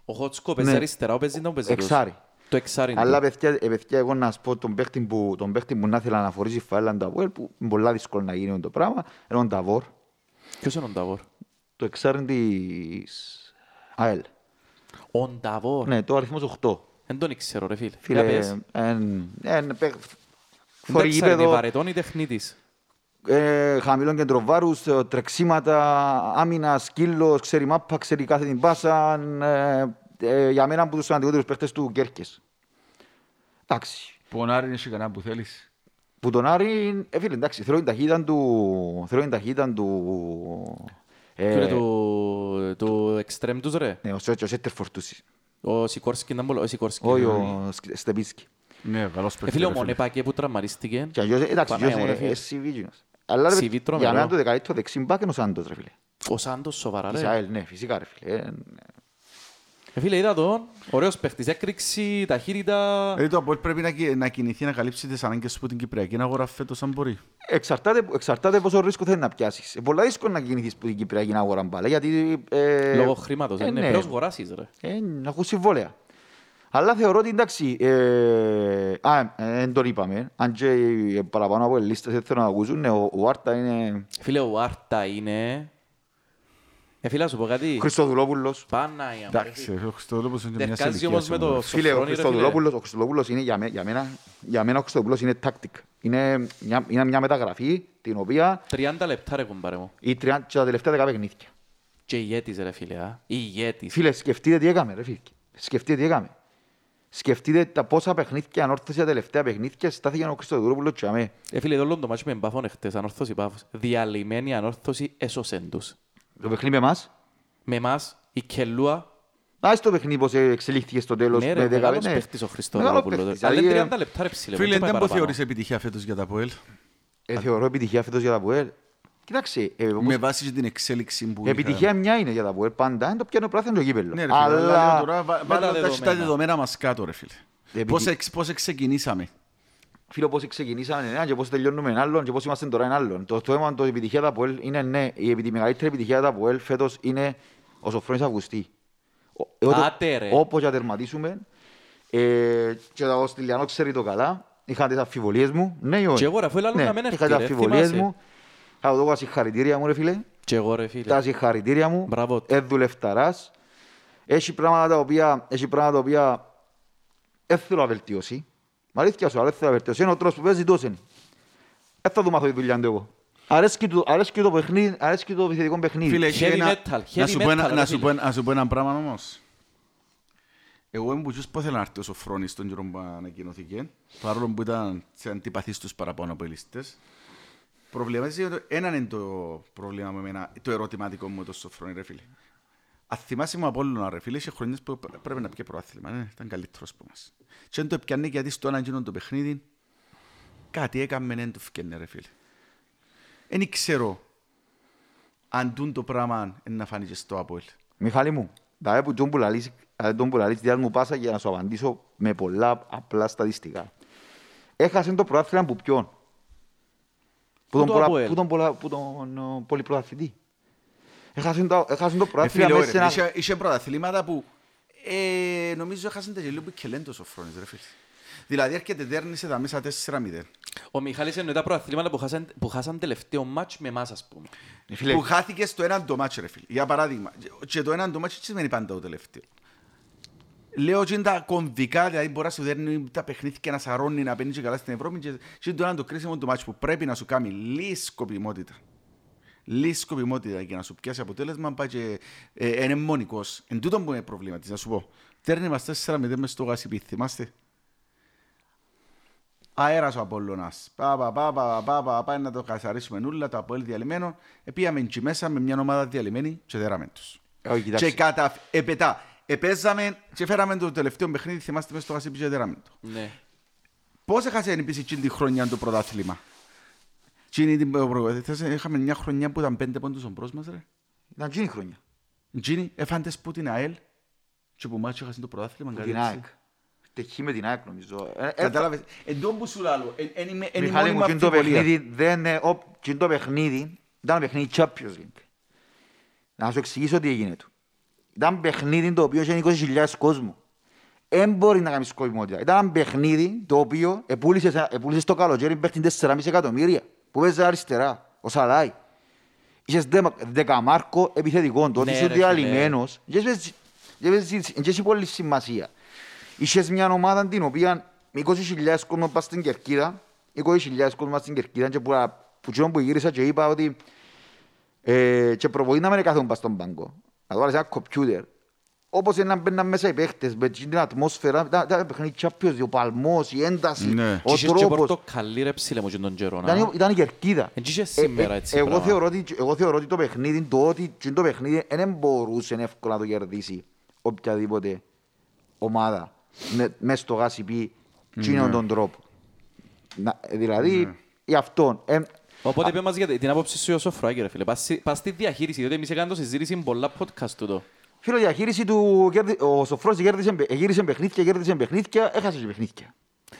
Ο Χότσκο παίζει
Ναι.
αριστερά, ο παίζεις να παίζει.
Εξάρι.
Το εξάρι. είναι
Αλλά
του.
παιδιά, ε, παιδιά, εγώ να σας πω τον παίχτη που, τον παίχτη που να ήθελα να φορήσει φαέλα είναι το Αβουέλ, που είναι πολλά δύσκολο να γίνει το πράγμα, ενώ ο Νταβόρ,
Ποιος είναι ο Νταβόρ.
το εξάρι της ΑΕΛ.
Ο Νταβόρ.
Ναι, το αριθμός 8.
Δεν τον ήξερα, ρε φίλε. Για
Φίλε,
πες.
εν, εν, παίχ-
Δεν
φορεί
ξέρω, είναι
γήπεδο,
βαρετόν ή τεχνίτης.
ε, χαμηλών κεντροβάρους, ε, τρεξίματα, άμυνα, σκύλος, ξέρει μάπα, ξέρει κάθε την πάσα. ε, ε, για μένα από τους σημαντικότερους παίχτες του Κέρκες. Εντάξει.
Πονάρι είναι κανένα που θέλεις.
Που τον Άρη, ε, φίλε, εντάξει, θέλω την ταχύτητα του... Θέλω την ταχύτητα του... ε,
Του είναι του- του εξτρέμ τους, ρε.
Ναι, ο Σέτ- ο Σέτερ φορτούσης.
Ο Σικόρσκι ήταν πολύ. Ο Σικόρσκι.
Όχι, ο Σκ- Στεπίσκι.
Ναι, καλός
Ε,
παίκτης.
Φίλε, ο
ρε φίλε.
Μονεπάκε που τραυμαρίστηκε.
Και ο Γιώσε- Εντάξει, ο
Παναγία μου,
Γιώσε
ρε, φίλε.
είναι σιβίγινος. Αλλά ρε,
CV
για
τρομερό.
μένα το δεκαετό δεξί μπακ είναι ο Σάντος, ρε φίλε.
Ο Σάντος σοβαρά,
Της
ρε.
ΑΕΛ, ναι, φυσικά, ρε φίλε. Ε, ναι.
Ε, Φίλε, είδα τον. Ωραίος παίχτης. Έκρηξη, ταχύτητα.
Δηλαδή το Απόελ πρέπει να, κι- να κινηθεί να καλύψει τις ανάγκες που την Κυπριακή αγορά φέτος αν μπορεί.
Εξαρτάται, εξαρτάται πόσο ρίσκο θέλει να πιάσεις. Ε, πολλά δύσκολο να κινηθείς που την Κυπριακή αγορά μπάλα. Γιατί. Ε,
Λόγω χρήματος.
ε,
Είναι
ναι.
ποιος αγοράσεις, ρε.
Ε, να έχουν συμβόλαια. Αλλά θεωρώ ότι εντάξει. Ε, α, ε, δεν τον είπαμε. Αν και ε, παραπάνω από λίστες δεν θέλω να ακούσουν, ναι, ο, ο Άρτα είναι.
Φίλε, ο Άρτα είναι... Ε, φίλε, να σου πω κάτι.
Χριστοδουλόπουλος.
Πανάγια μου, ρε,
Εντάξει, ο Χριστοδόλοπος είναι μια
Τερκάζει
ηλικία
Ε, όμως με το
Φίλε, ο
Σοφρόνη, ρε, φίλε.
Χριστοδουλόπουλος, ο Χριστοδουλόπουλος είναι για, μέ, για, μένα, για μένα ο Χριστοδουλόπουλος είναι tactic. Είναι μια, είναι μια μεταγραφή την οποία
30 λεπτά ρε κουμπάρε μου.
η 30, και τα τελευταία δέκα παιχνίδια.
Και ηγέτης ρε φίλε, α. Ηγέτης.
Φίλε, σκεφτείτε τι έκαμε, ρε φίλε. Σκεφτείτε τι έκαμε. Σκεφτείτε τα πόσα παιχνίδια ανόρθωσε τα τελευταία παιχνίδια στάθηκε ο Χριστοδουλόπουλος και αμέ.
Ε, φίλε, το το μάτσι με μπάφων εχθές, ανόρθωση πάφος. Διαλυμένη ανόρθωση έσωσεν τους.
Το παιχνίδι με εμάς.
Με εμάς, η Κελούα,
Ας το παιχνίδι πώς ε, εξελίχθηκε στο τέλος.
ναι
με
ρε,
δέκα-
μεγάλος
ναι.
παίχτης ο
Μεγάλος
Χριστοδουλόπουλος.
παίχτης.
Αλλά
Δηλαδή,
είναι 30 λεπτά ρε ψηλέ.
Φίλε,
δεν πάει
δεν το
παραπάνω.
θεωρείς επιτυχία φέτος για τα Απόελ.
ε, ε, θεωρώ επιτυχία φέτος για τα ΠΟΕΛ. Κοιτάξτε, ε, όμως,
Με βάση και την εξέλιξη που
επιτυχία μια είναι για τα ΠΟΕΛ πάντα. Είναι το πιάνο πράθεν το κύπελλο.
Ναι, ρε φίλε, αλλά... λέω
Αλλά
τώρα, βα-
με τα
βάλω τα, τα
δεδομένα.
δεδομένα μας κάτω, ρε φίλε.
Επειδή-
Πώς, εξ, πώς ξεκινήσαμε.
φίλο πώς ξεκινήσαμε έναν και πώς τελειώνουμε έναν άλλον και πώς είμαστε τώρα έναν άλλον. Το θέμα το επιτυχία τα ΠΟΕΛ είναι ναι, η επιτη- μεγαλύτερη επιτυχία τα ΠΟΕΛ φέτος είναι ο Σοφρόνης Αυγουστή. Ο- ε, ό-
Άτε, ρε.
Όπως και τερματίσουμε, ε, και ο Στυλιανός ξέρει το καλά, είχα τις αφιβολίες μου, ναι ή όχι.
Και εγώ, ρε, αφού έλαλουν
Ναι,
να μην έρθει,
Είχα τις
ρε,
αφιβολίες
θυμάσαι.
μου, θα του δώσω τα συγχαρητήρια μου ρε φίλε,
Και εγώ ρε
τα
φίλε.
συγχαρητήρια μου,
Μπράβο.
εδουλευταράς. Έχει πράγματα τα οποία, έχει πράγματα τα οποία δεν θέλω να βελτιώσει. Μ' αλήθεια σου, αλλά δεν θέλω να βελτιώσει. Είναι ο τρόπος που παίζει τόσο είναι. Δεν Ε, θα του μάθω τη δουλειά του εγώ. Αρέσκει του- Αρέσκει το παιχνίδι, αρέσκει το επιθετικό παιχνίδι.
Φίλε, έχει
heavy
ένα-
metal,
να
heavy
σου πω ένα-
metal,
να
ρε
σου πω
φίλε.
ένα- να σου πω ένα πράγμα όμως. Εγώ είμαι που τους που ήθελα να έρθει ο Σοφρόνης τον καιρό που ανακοινωθήκε, παρόλο που ήταν σε αντιπαθείς τους παραπάνω από οι λίστες. Προβληματίζει ότι έναν είναι το πρόβλημα με εμένα, το ερωτηματικό μου με τον Σοφρόνη, ρε φίλε. Αν θυμάσαι μου από όλων, ρε φίλε, είχε χρονιές που πρέπει να πιέ προάθλημα, ναι, ήταν καλύτερος από μας. Και δεν το πιάνει γιατί στο έναν γίνον το παιχνίδι, κάτι έκαμε δεν του φκένε, ρε φίλε. Δεν ξέρω αν τούν το πράγμα είναι να φανεί και στο Απόελ.
Μιχάλη μου, τα που τον πουλαλείς, ε, τον πουλαλείς διάλ μου πάσα για να σου απαντήσω με πολλά απλά στατιστικά. Έχασε το προάθλημα που ποιον. Που
Που
τον,
το
πολλα-
Αποέλ.
που τον, πολλα- που τον ο, πολυπροαθλητή. Έχασε το, έχασε το
Ε, φίλε,
προάθλημα
ωραία,
μέσα σε ένα...
είχε- Είχε πρωταθλήματα που ε, νομίζω έχασαν τα γελίου που και λένε τόσο φρόνες, ρε φίλε. Δηλαδή έρχεται τέρνησε τα μέσα 4-0.
Ο Μιχάλης εννοεί τα προαθλήματα που χάσαν- που χάσαν τελευταίο μάτς με εμάς ας πούμε.
Ε, φίλε,
Που χάθηκε στο έναν το μάτσο, ρε φίλε. Για παράδειγμα, και το έναν το μάτσο τι σημαίνει πάντα το τελευταίο. Λέω ότι είναι τα κομβικά, δηλαδή μπορεί να σου δέρνει τα παιχνίδια και να σαρώνει να παίρνει και καλά στην Ευρώπη και, και είναι το έναν το κρίσιμο το μάτσο που πρέπει να σου κάνει λίγη σκοπιμότητα. λίγη σκοπιμότητα για να σου πιάσει αποτέλεσμα, πάει και ε, είναι μονικός. Εν τούτον που είναι προβληματής, να σου πω. Τέρνει μας 4-0 μες στο Γασιπί, θυμάστε. Αέρας ο Απόλλωνας. Πα, πα, πα, πα, πα, πα, πάει να το καθαρίσουμε νουλα, το Απόλλη διαλυμένο. Επίαμε και μέσα με μια ομάδα διαλυμένη και δέραμε τους.
Όχι,
Και
κοιτάξτε.
κατα... ε, επετά. Επέζαμε και φέραμε το τελευταίο παιχνίδι, θυμάστε μες στο Γασιπί και δέραμε το.
Ναι.
Πώς έχασε η NPC την χρονιά το πρωτάθλημα. Εκείνη την προηγούμενη, είχαμε μια χρονιά που ήταν πέντε πόντους ο μπρος μας, ρε.
Ήταν εκείνη η χρονιά.
Εκείνη έφαντες που την ΑΕΛ και που μάτσο έχασε το πρωτάθλημα.
Που
καλή
Την
έτσι.
ΑΕΚ. Τεχεί με την ΑΕΚ νομίζω. Ε, ε,
Κατάλαβες. Εν τω που σου λάλλω, εν- εν είμαι- εν η μόνη
Μιχάλη μου,
μου
εκείνο το
αμφιβολία.
παιχνίδι δεν είναι... ο- εκείνο το παιχνίδι ήταν παιχνίδι Champions League. Να σου εξηγήσω τι έγινε του. Ήταν παιχνίδι το οποίο είχε 20.000 κόσμο. Δεν μπορεί να κάνεις κομμότητα. Ήταν ένα παιχνίδι το οποίο επούλησες, σε- επούλησε στο καλοκαίρι παίχτη 4,5 εκατομμύρια. Που παίζεις αριστερά, ο Σαλάι. Είχες δεμα- δεκαμάρκο επιθετικό, τότε
Ναι,
είσαι
ρε, φίλε.
διαλυμένος. Και παίζει- και παίζει- και έχει πολύ σημασία. Είχες μια ομάδα την οποία με 20.000 κόσμο πας στην Κερκίδα, 20.000 κόσμο πας στην Κερκίδα και που, που, τσιόν που γύρισα και είπα ότι ε, και προβολή να μην κάθουν πας στον πάγκο. Να το βάλεις ένα κομπιούτερ. Όπως είναι να μπαίναν μέσα οι παίχτες, με την ατμόσφαιρα, τα, τα παιχνίδια Champions, ο παλμός, η ένταση,
Ναι.
ο
Ο τρόπος... Και ναι.
τρόπος.
πορτοκαλί ρε ψηλέ μου και τον Τζερόνα.
Ήταν, η- ήταν η κερκίδα.
Εν τζίσαι σήμερα έτσι
ε, εγώ,
πράγμα.
θεωρώ ότι, εγώ θεωρώ ότι το παιχνίδι, το ότι τζιν το παιχνίδι δεν μπορούσε εύκολα να το κερδίσει οποιαδήποτε ομάδα με, μες στο γάσι πει τσίνον τον τρόπο. Να, δηλαδή, γι' αυτόν. Ε,
Οπότε είπε μας για την άποψη σου ο Φράγκη ρε φίλε. Πας στη- Πας στη διαχείριση, διότι εμείς έκαναν το συζήτηση με πολλά podcast τούτο.
φίλο, η διαχείριση του, κέρδι- ο Σοφρός κέρδισε, γύρισε παιχνίδια, κέρδισε παιχνίδια, έχασε και παιχνίδια.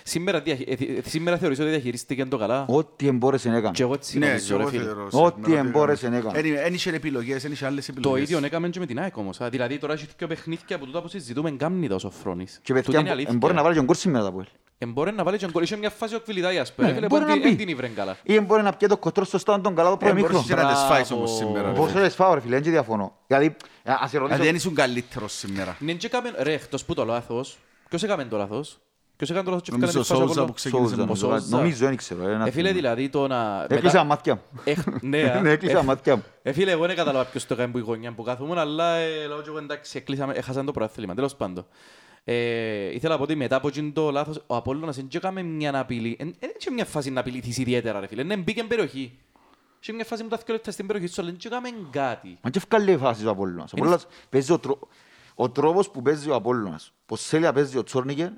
Σήμερα, διαχει- ε, θυ- σήμερα θεωρείς ότι διαχειρίστηκε το καλά.
Ό,τι εμπόρεσε να
Και
έκανε.
εγώ έτσι
Ναι, και
νομίζω, ρε
εγώ
φίλε.
θεωρώ,
Ό,τι
σήμερα,
εμπόρεσε να έκανε.
Εν- εν είχε επιλογές, εν είχε άλλες
Το
επιλογές. Ε,
ίδιο ναι. έκαμε και με την ΑΕΚ όμως. α. Δηλαδή τώρα έχει πιο παιχνίδια από τούτα που συζητούμε εγκάμνητα ο Σοφρόνης.
Και
Τούτη
παιδιά,
είναι αλήθεια.
μπορεί να βάλει και γκολ σήμερα τα πουέλ.
Εμπόρε να βάλει και γκολ. Είχε μια φάση ο Κβιλιδάιας.
Ναι, μπορεί να μπει.
Δεν την ήβρε καλά.
Ή μπορεί να πιέτο κοτρός στο στάδιο τον καλά το
Ε,
πρώτο
μπορούσες
μικρό.
και να τις φάεις
Μπράβο.
όμως σήμερα. ρε.
Μπορούσε να τις φάω ρε φίλε, δεν και διαφωνώ. Δηλαδή, α- ας σε
Δηλαδή
ρωτήσω
δεν ήσουν καλύτερος σήμερα.
Ναι, και έκαμε- ρε, εκτός που το λάθος. Ποιος έκαμε το λάθος. Ποιος έκανε το λάθος και έφκανε
Νομίζω
τη φάση ο
Σόουζα
Κολό.
που ξεκίνησε.
Σόουζα,
με-
νομίζω.
νομίζω, Νομίζω, δεν ξέρω. ένα
Ε, φίλε,
θέμα.
δηλαδή το να...
Έκλεισα
μετά-
μάτια μου.
Έχ- Ναι, α.
[LAUGHS] Ναι, έκλεισα
Ε,
μάτια μου.
Ε, φίλε, εγώ δεν κατάλαβα ποιος το έκανε που η γωνιά που κάθομουν, αλλά ε, λέω και εγώ εντάξει, εκλείσαμε, έχασαν το πρωτάθλημα, τέλος πάντων. Ε, ήθελα να πω ότι μετά από εκείνο το λάθος, ο Απόλλωνας δεν έκαμε μια απειλή, δεν είχε μια φάση να απειλήθεις ιδιαίτερα ρε φίλε, ναι, μπήκε στην περιοχή. Είχε μια φάση που τα δύο λεπτά στην περιοχή, σου αλλά δεν έκαμε κάτι.
Μα και ευκάλλει η φάση του Απόλλωνας. Ο Απόλλωνας παίζει ο τρό- ο τρόπος που παίζει ο Απόλλωνας. Πως θέλει να παίζει ο Τσόρνικερ,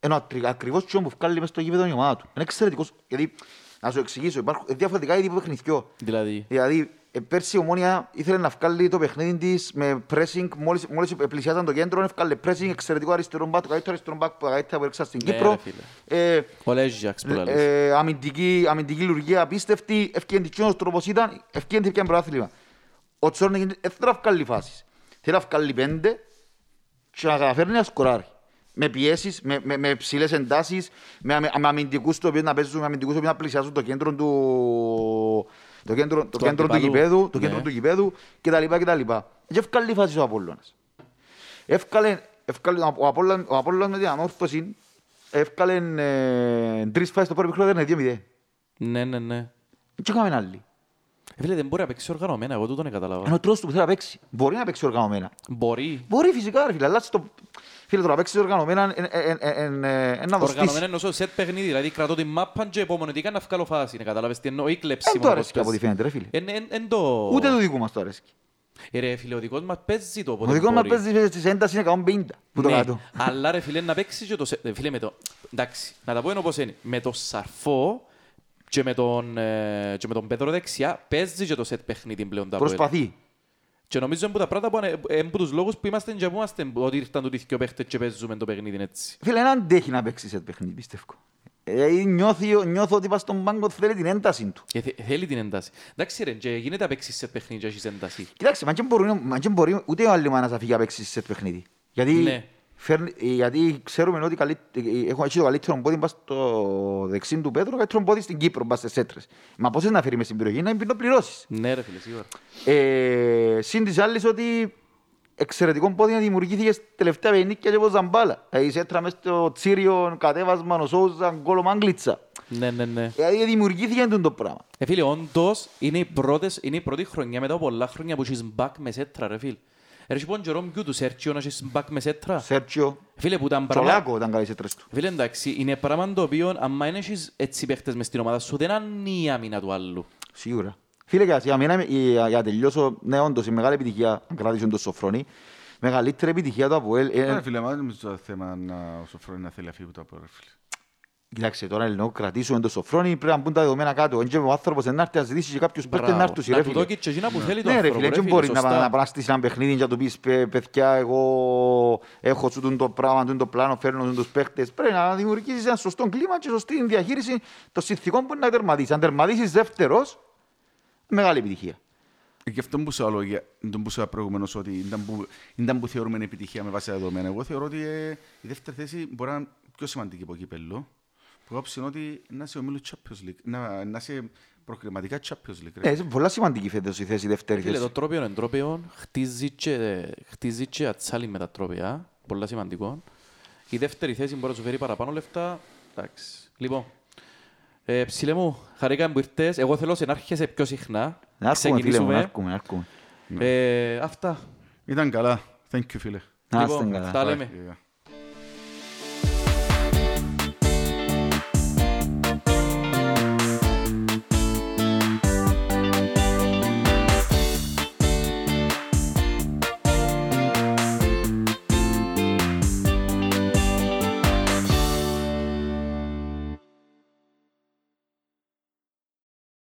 ενώ ακρι- ακριβώς τσιόν που ευκάλλει μες στο γήπεδο η ομάδα του. Είναι εξαιρετικός. Γιατί, να σου εξηγήσω, υπάρχουν διαφορετικά είδη παιχνιδιού.
Δηλαδή,
Δηλαδή, ε, πέρσι η Ομόνια ήθελε να βγάλει το παιχνίδι της με pressing, μόλις, μόλις πλησιάζαν το κέντρο, έβγαλε pressing εξαιρετικό αριστερό μπακ, το καλύτερο αριστερό μπακ που τα καλύτερα που έριξα στην
Ναι,
Κύπρο.
ρε φίλε.
Ε,
ο Λέζιαξ που λαλείς.
ε, αμυντική, αμυντική λειτουργία απίστευτη, ευκαιρία ο τρόπος ήταν, ευκαιρία πια πρωτάθλημα. Ο Τσόρνικ δεν θέλει να βγάλει φάσεις. Θέλει να βγάλει πέντε και να καταφέρνει να σκοράρει. Με πιέσεις, με, με, με ψηλές εντάσεις, με, αμε- με αμυντικούς το οποίο να παίζουν, με αμυντικούς το οποίο να πλησιάζουν το κέντρο του, το κέντρο, το
Του
κέντρο του
αντιπάλου.
γηπέδου, το
Ναι.
κέντρο του γηπέδου κτλ. κτλ. Και ευκάλλει φάση ο Απόλλωνας. Εύκαλε, εύκαλε, ο Απόλλων- ο Απόλλων με την ανόρθωση εύκαλε ε, τρεις φάσεις το πρώτο μικρό, ήταν 2-0.
Ναι, ναι, ναι.
Τι έκαμε άλλη.
Ε, Φίλε, δεν μπορεί να παίξει οργανωμένα, εγώ τούτον καταλάβα.
Είναι ο τρόπος του που θέλει να παίξει. Μπορεί να παίξει οργανωμένα.
Μπορεί.
Μπορεί φυσικά, ρε φίλε, αλλά στο... Φίλε, το να παίξεις οργανωμένα εν- εν- εν- εν- εν- να
Οργανωμένα
δοστείς.
εννοώ σε σετ παιχνίδι, δηλαδή κρατώ την μάπα και επομονετικά να βγάλω φάση, ναι, κατάλαβες τι εννοώ, ή κλέψιμο.
Εν
όπως
το αρέσκει Ε, από ό,τι
πες.
φαίνεται, ρε φίλε.
Ε, ναι, Εν- εν- εν το-
Ούτε του δικού μας το αρέσκει.
Ε, Ρε φίλε, ο δικός μας παίζει το
Ο
όποτε
δικός μας
μπορεί.
παίζει στις έντασης είναι 150 που το
Ναι,
κάτω.
Αλλά ρε φίλε, να παίξει και το... σε- ε, Φίλε, με το... Εντάξει, να τα πω είναι όπως είναι. Με το Σαρφό και με τον, ε, και με τον Πέτρο δεξιά παίζει και το σετ παιχνίδι πλέον τα Προσπαθ...
Προσπαθεί.
Και νομίζω είναι που τα πράγματα που, ανε- ε, είναι που τους λόγους που είμαστε και που είμαστε που- ότι ήρθαν τούτοι οι δυο παίχτες και παίζουμε το παιχνίδι έτσι.
Φίλε, δεν αντέχει να παίξει σε παιχνίδι, πιστεύω. Ε, νιώθει, νιώθω ότι πας στον πάγκο θέλει την ένταση του.
Ε, θε- θέλει την ένταση. Εντάξει ρε, και γίνεται να παίξεις σετ παιχνίδι και έχεις ένταση.
Κοιτάξτε, μα και μπορεί, μα και μπορεί ούτε ο άλλη μάνας να φύγει να παίξει σε παιχνίδι. Γιατί,
Ναι.
φέρνει, ε, γιατί ξέρουμε ότι καλύ, ε, έχω έχει το καλύτερο πόδι πας στο δεξί του Πέτρο, καλύτερο πόδι στην Κύπρο, πας στις έτρες. Μα πώς να φέρει μες στην περιοχή, να μην το πληρώσεις.
Ναι ρε φίλε, σίγουρα.
Ε, συν της άλλης ότι εξαιρετικό πόδι να δημιουργήθηκε στα τελευταία παιχνίδια και από Ζαμπάλα. Ε, η Σέτρα μες στο Τσίριο, κατέβασμα, ο Σόουζα, γκόλο Μάγκλιτσα.
Ναι, ναι, ναι.
Δηλαδή δημιουργήθηκε εντούν το πράγμα.
Ε, φίλε, όντως, είναι, οι πρώτες, είναι η πρώτη χρονιά μετά από πολλά χρόνια που έχεις μπακ μες σέτρα, ρε λοιπόν, φίλε. Έρχεσαι πόν Τζερόμ Κιού τους Σέρτσιο να έχεις μπακ μες σέτρα.
Σέρτσιο,
Φίλε, που τα μπράβο.
Τσολάκο ήταν καλής έτρες του.
Φίλε, εντάξει, είναι πράγμα το οποίο, άμα δεν έχεις έτσι παίχτες μες στην ομάδα σου, δεν ανεί η άμυνα του άλλου.
Σίγουρα. Φίλε, και ας- για μένα, η- για να τελειώσω, ναι, όντως, η μεγάλη επιτυχία, αν κρατήσουν το Σοφρόνη, μεγαλύτερη επιτυχία του Αποέλ. ε,
Άρα, φίλε, μα δεν νομίζω το θέμα να ο Σοφρόνης να θέλει να φύγει από το Απόλλωνα, φίλε.
Κοιτάξτε, τώρα εννοώ κρατήσουμε το Σοφρόνη, πρέπει να μπουν τα δεδομένα κάτω. Εν και ο άνθρωπος να έρθει να ζητήσει και κάποιους παίκτες να
Μπράβο.
έρθουν, ρε
Να του
φίλε.
δώσει και εκείνα που θέλει το
Ναι, ρε
άνθρωπο,
φίλε, δεν
φίλε,
μπορεί να,
σωστά.
να παραστήσει ένα παιχνίδι και να του πεις «Παι- παιδιά, εγώ έχω σου τούτο το πράγμα, τούτο το πλάνο, φέρνω τούτο τους παίχτες. Πρέπει να δημιουργήσεις ένα σωστό κλίμα και σωστή διαχείριση των συνθηκών που είναι να τερματίσεις. Αν τερματίσεις δεύτερος, μεγάλη επιτυχία.
Και Ε, αυτό που σου άλλο, για- τον που σου είπα προηγουμένως, ότι ήταν που, ήταν που θεωρούμε επιτυχία με βάση τα δεδομένα. Εγώ θεωρώ ότι ε, η δεύτερη θέση μπορεί να είναι πιο σημαντική από κύπελλο. Που άποψη είναι ότι να είσαι ομίλου Champions League, να, να είσαι προκριματικά Champions League.
Ναι,
Ρε.
είναι πολλά σημαντική φέτος η θέση η δεύτερης
Φίλε, το
θέση.
τρόπιον εν τρόπιον χτίζει και, χτίζει και ατσάλι με τα τρόπια. Πολλά σημαντικό. Η δεύτερη θέση μπορεί να σου φέρει παραπάνω λεφτά. Εντάξει. Λοιπόν, ε, ψηλέ μου, χαρήκαμε που ήρθες. Εγώ θέλω σε να έρχεσαι πιο συχνά.
Να έρχομαι, φίλε μου, να έρχομαι, Ναι. να έρχομαι.
Ε, αυτά.
Ήταν καλά. Thank you, φίλε.
Να είστε
Λοιπόν,
καλά.
τα λέμε.
Ωραία.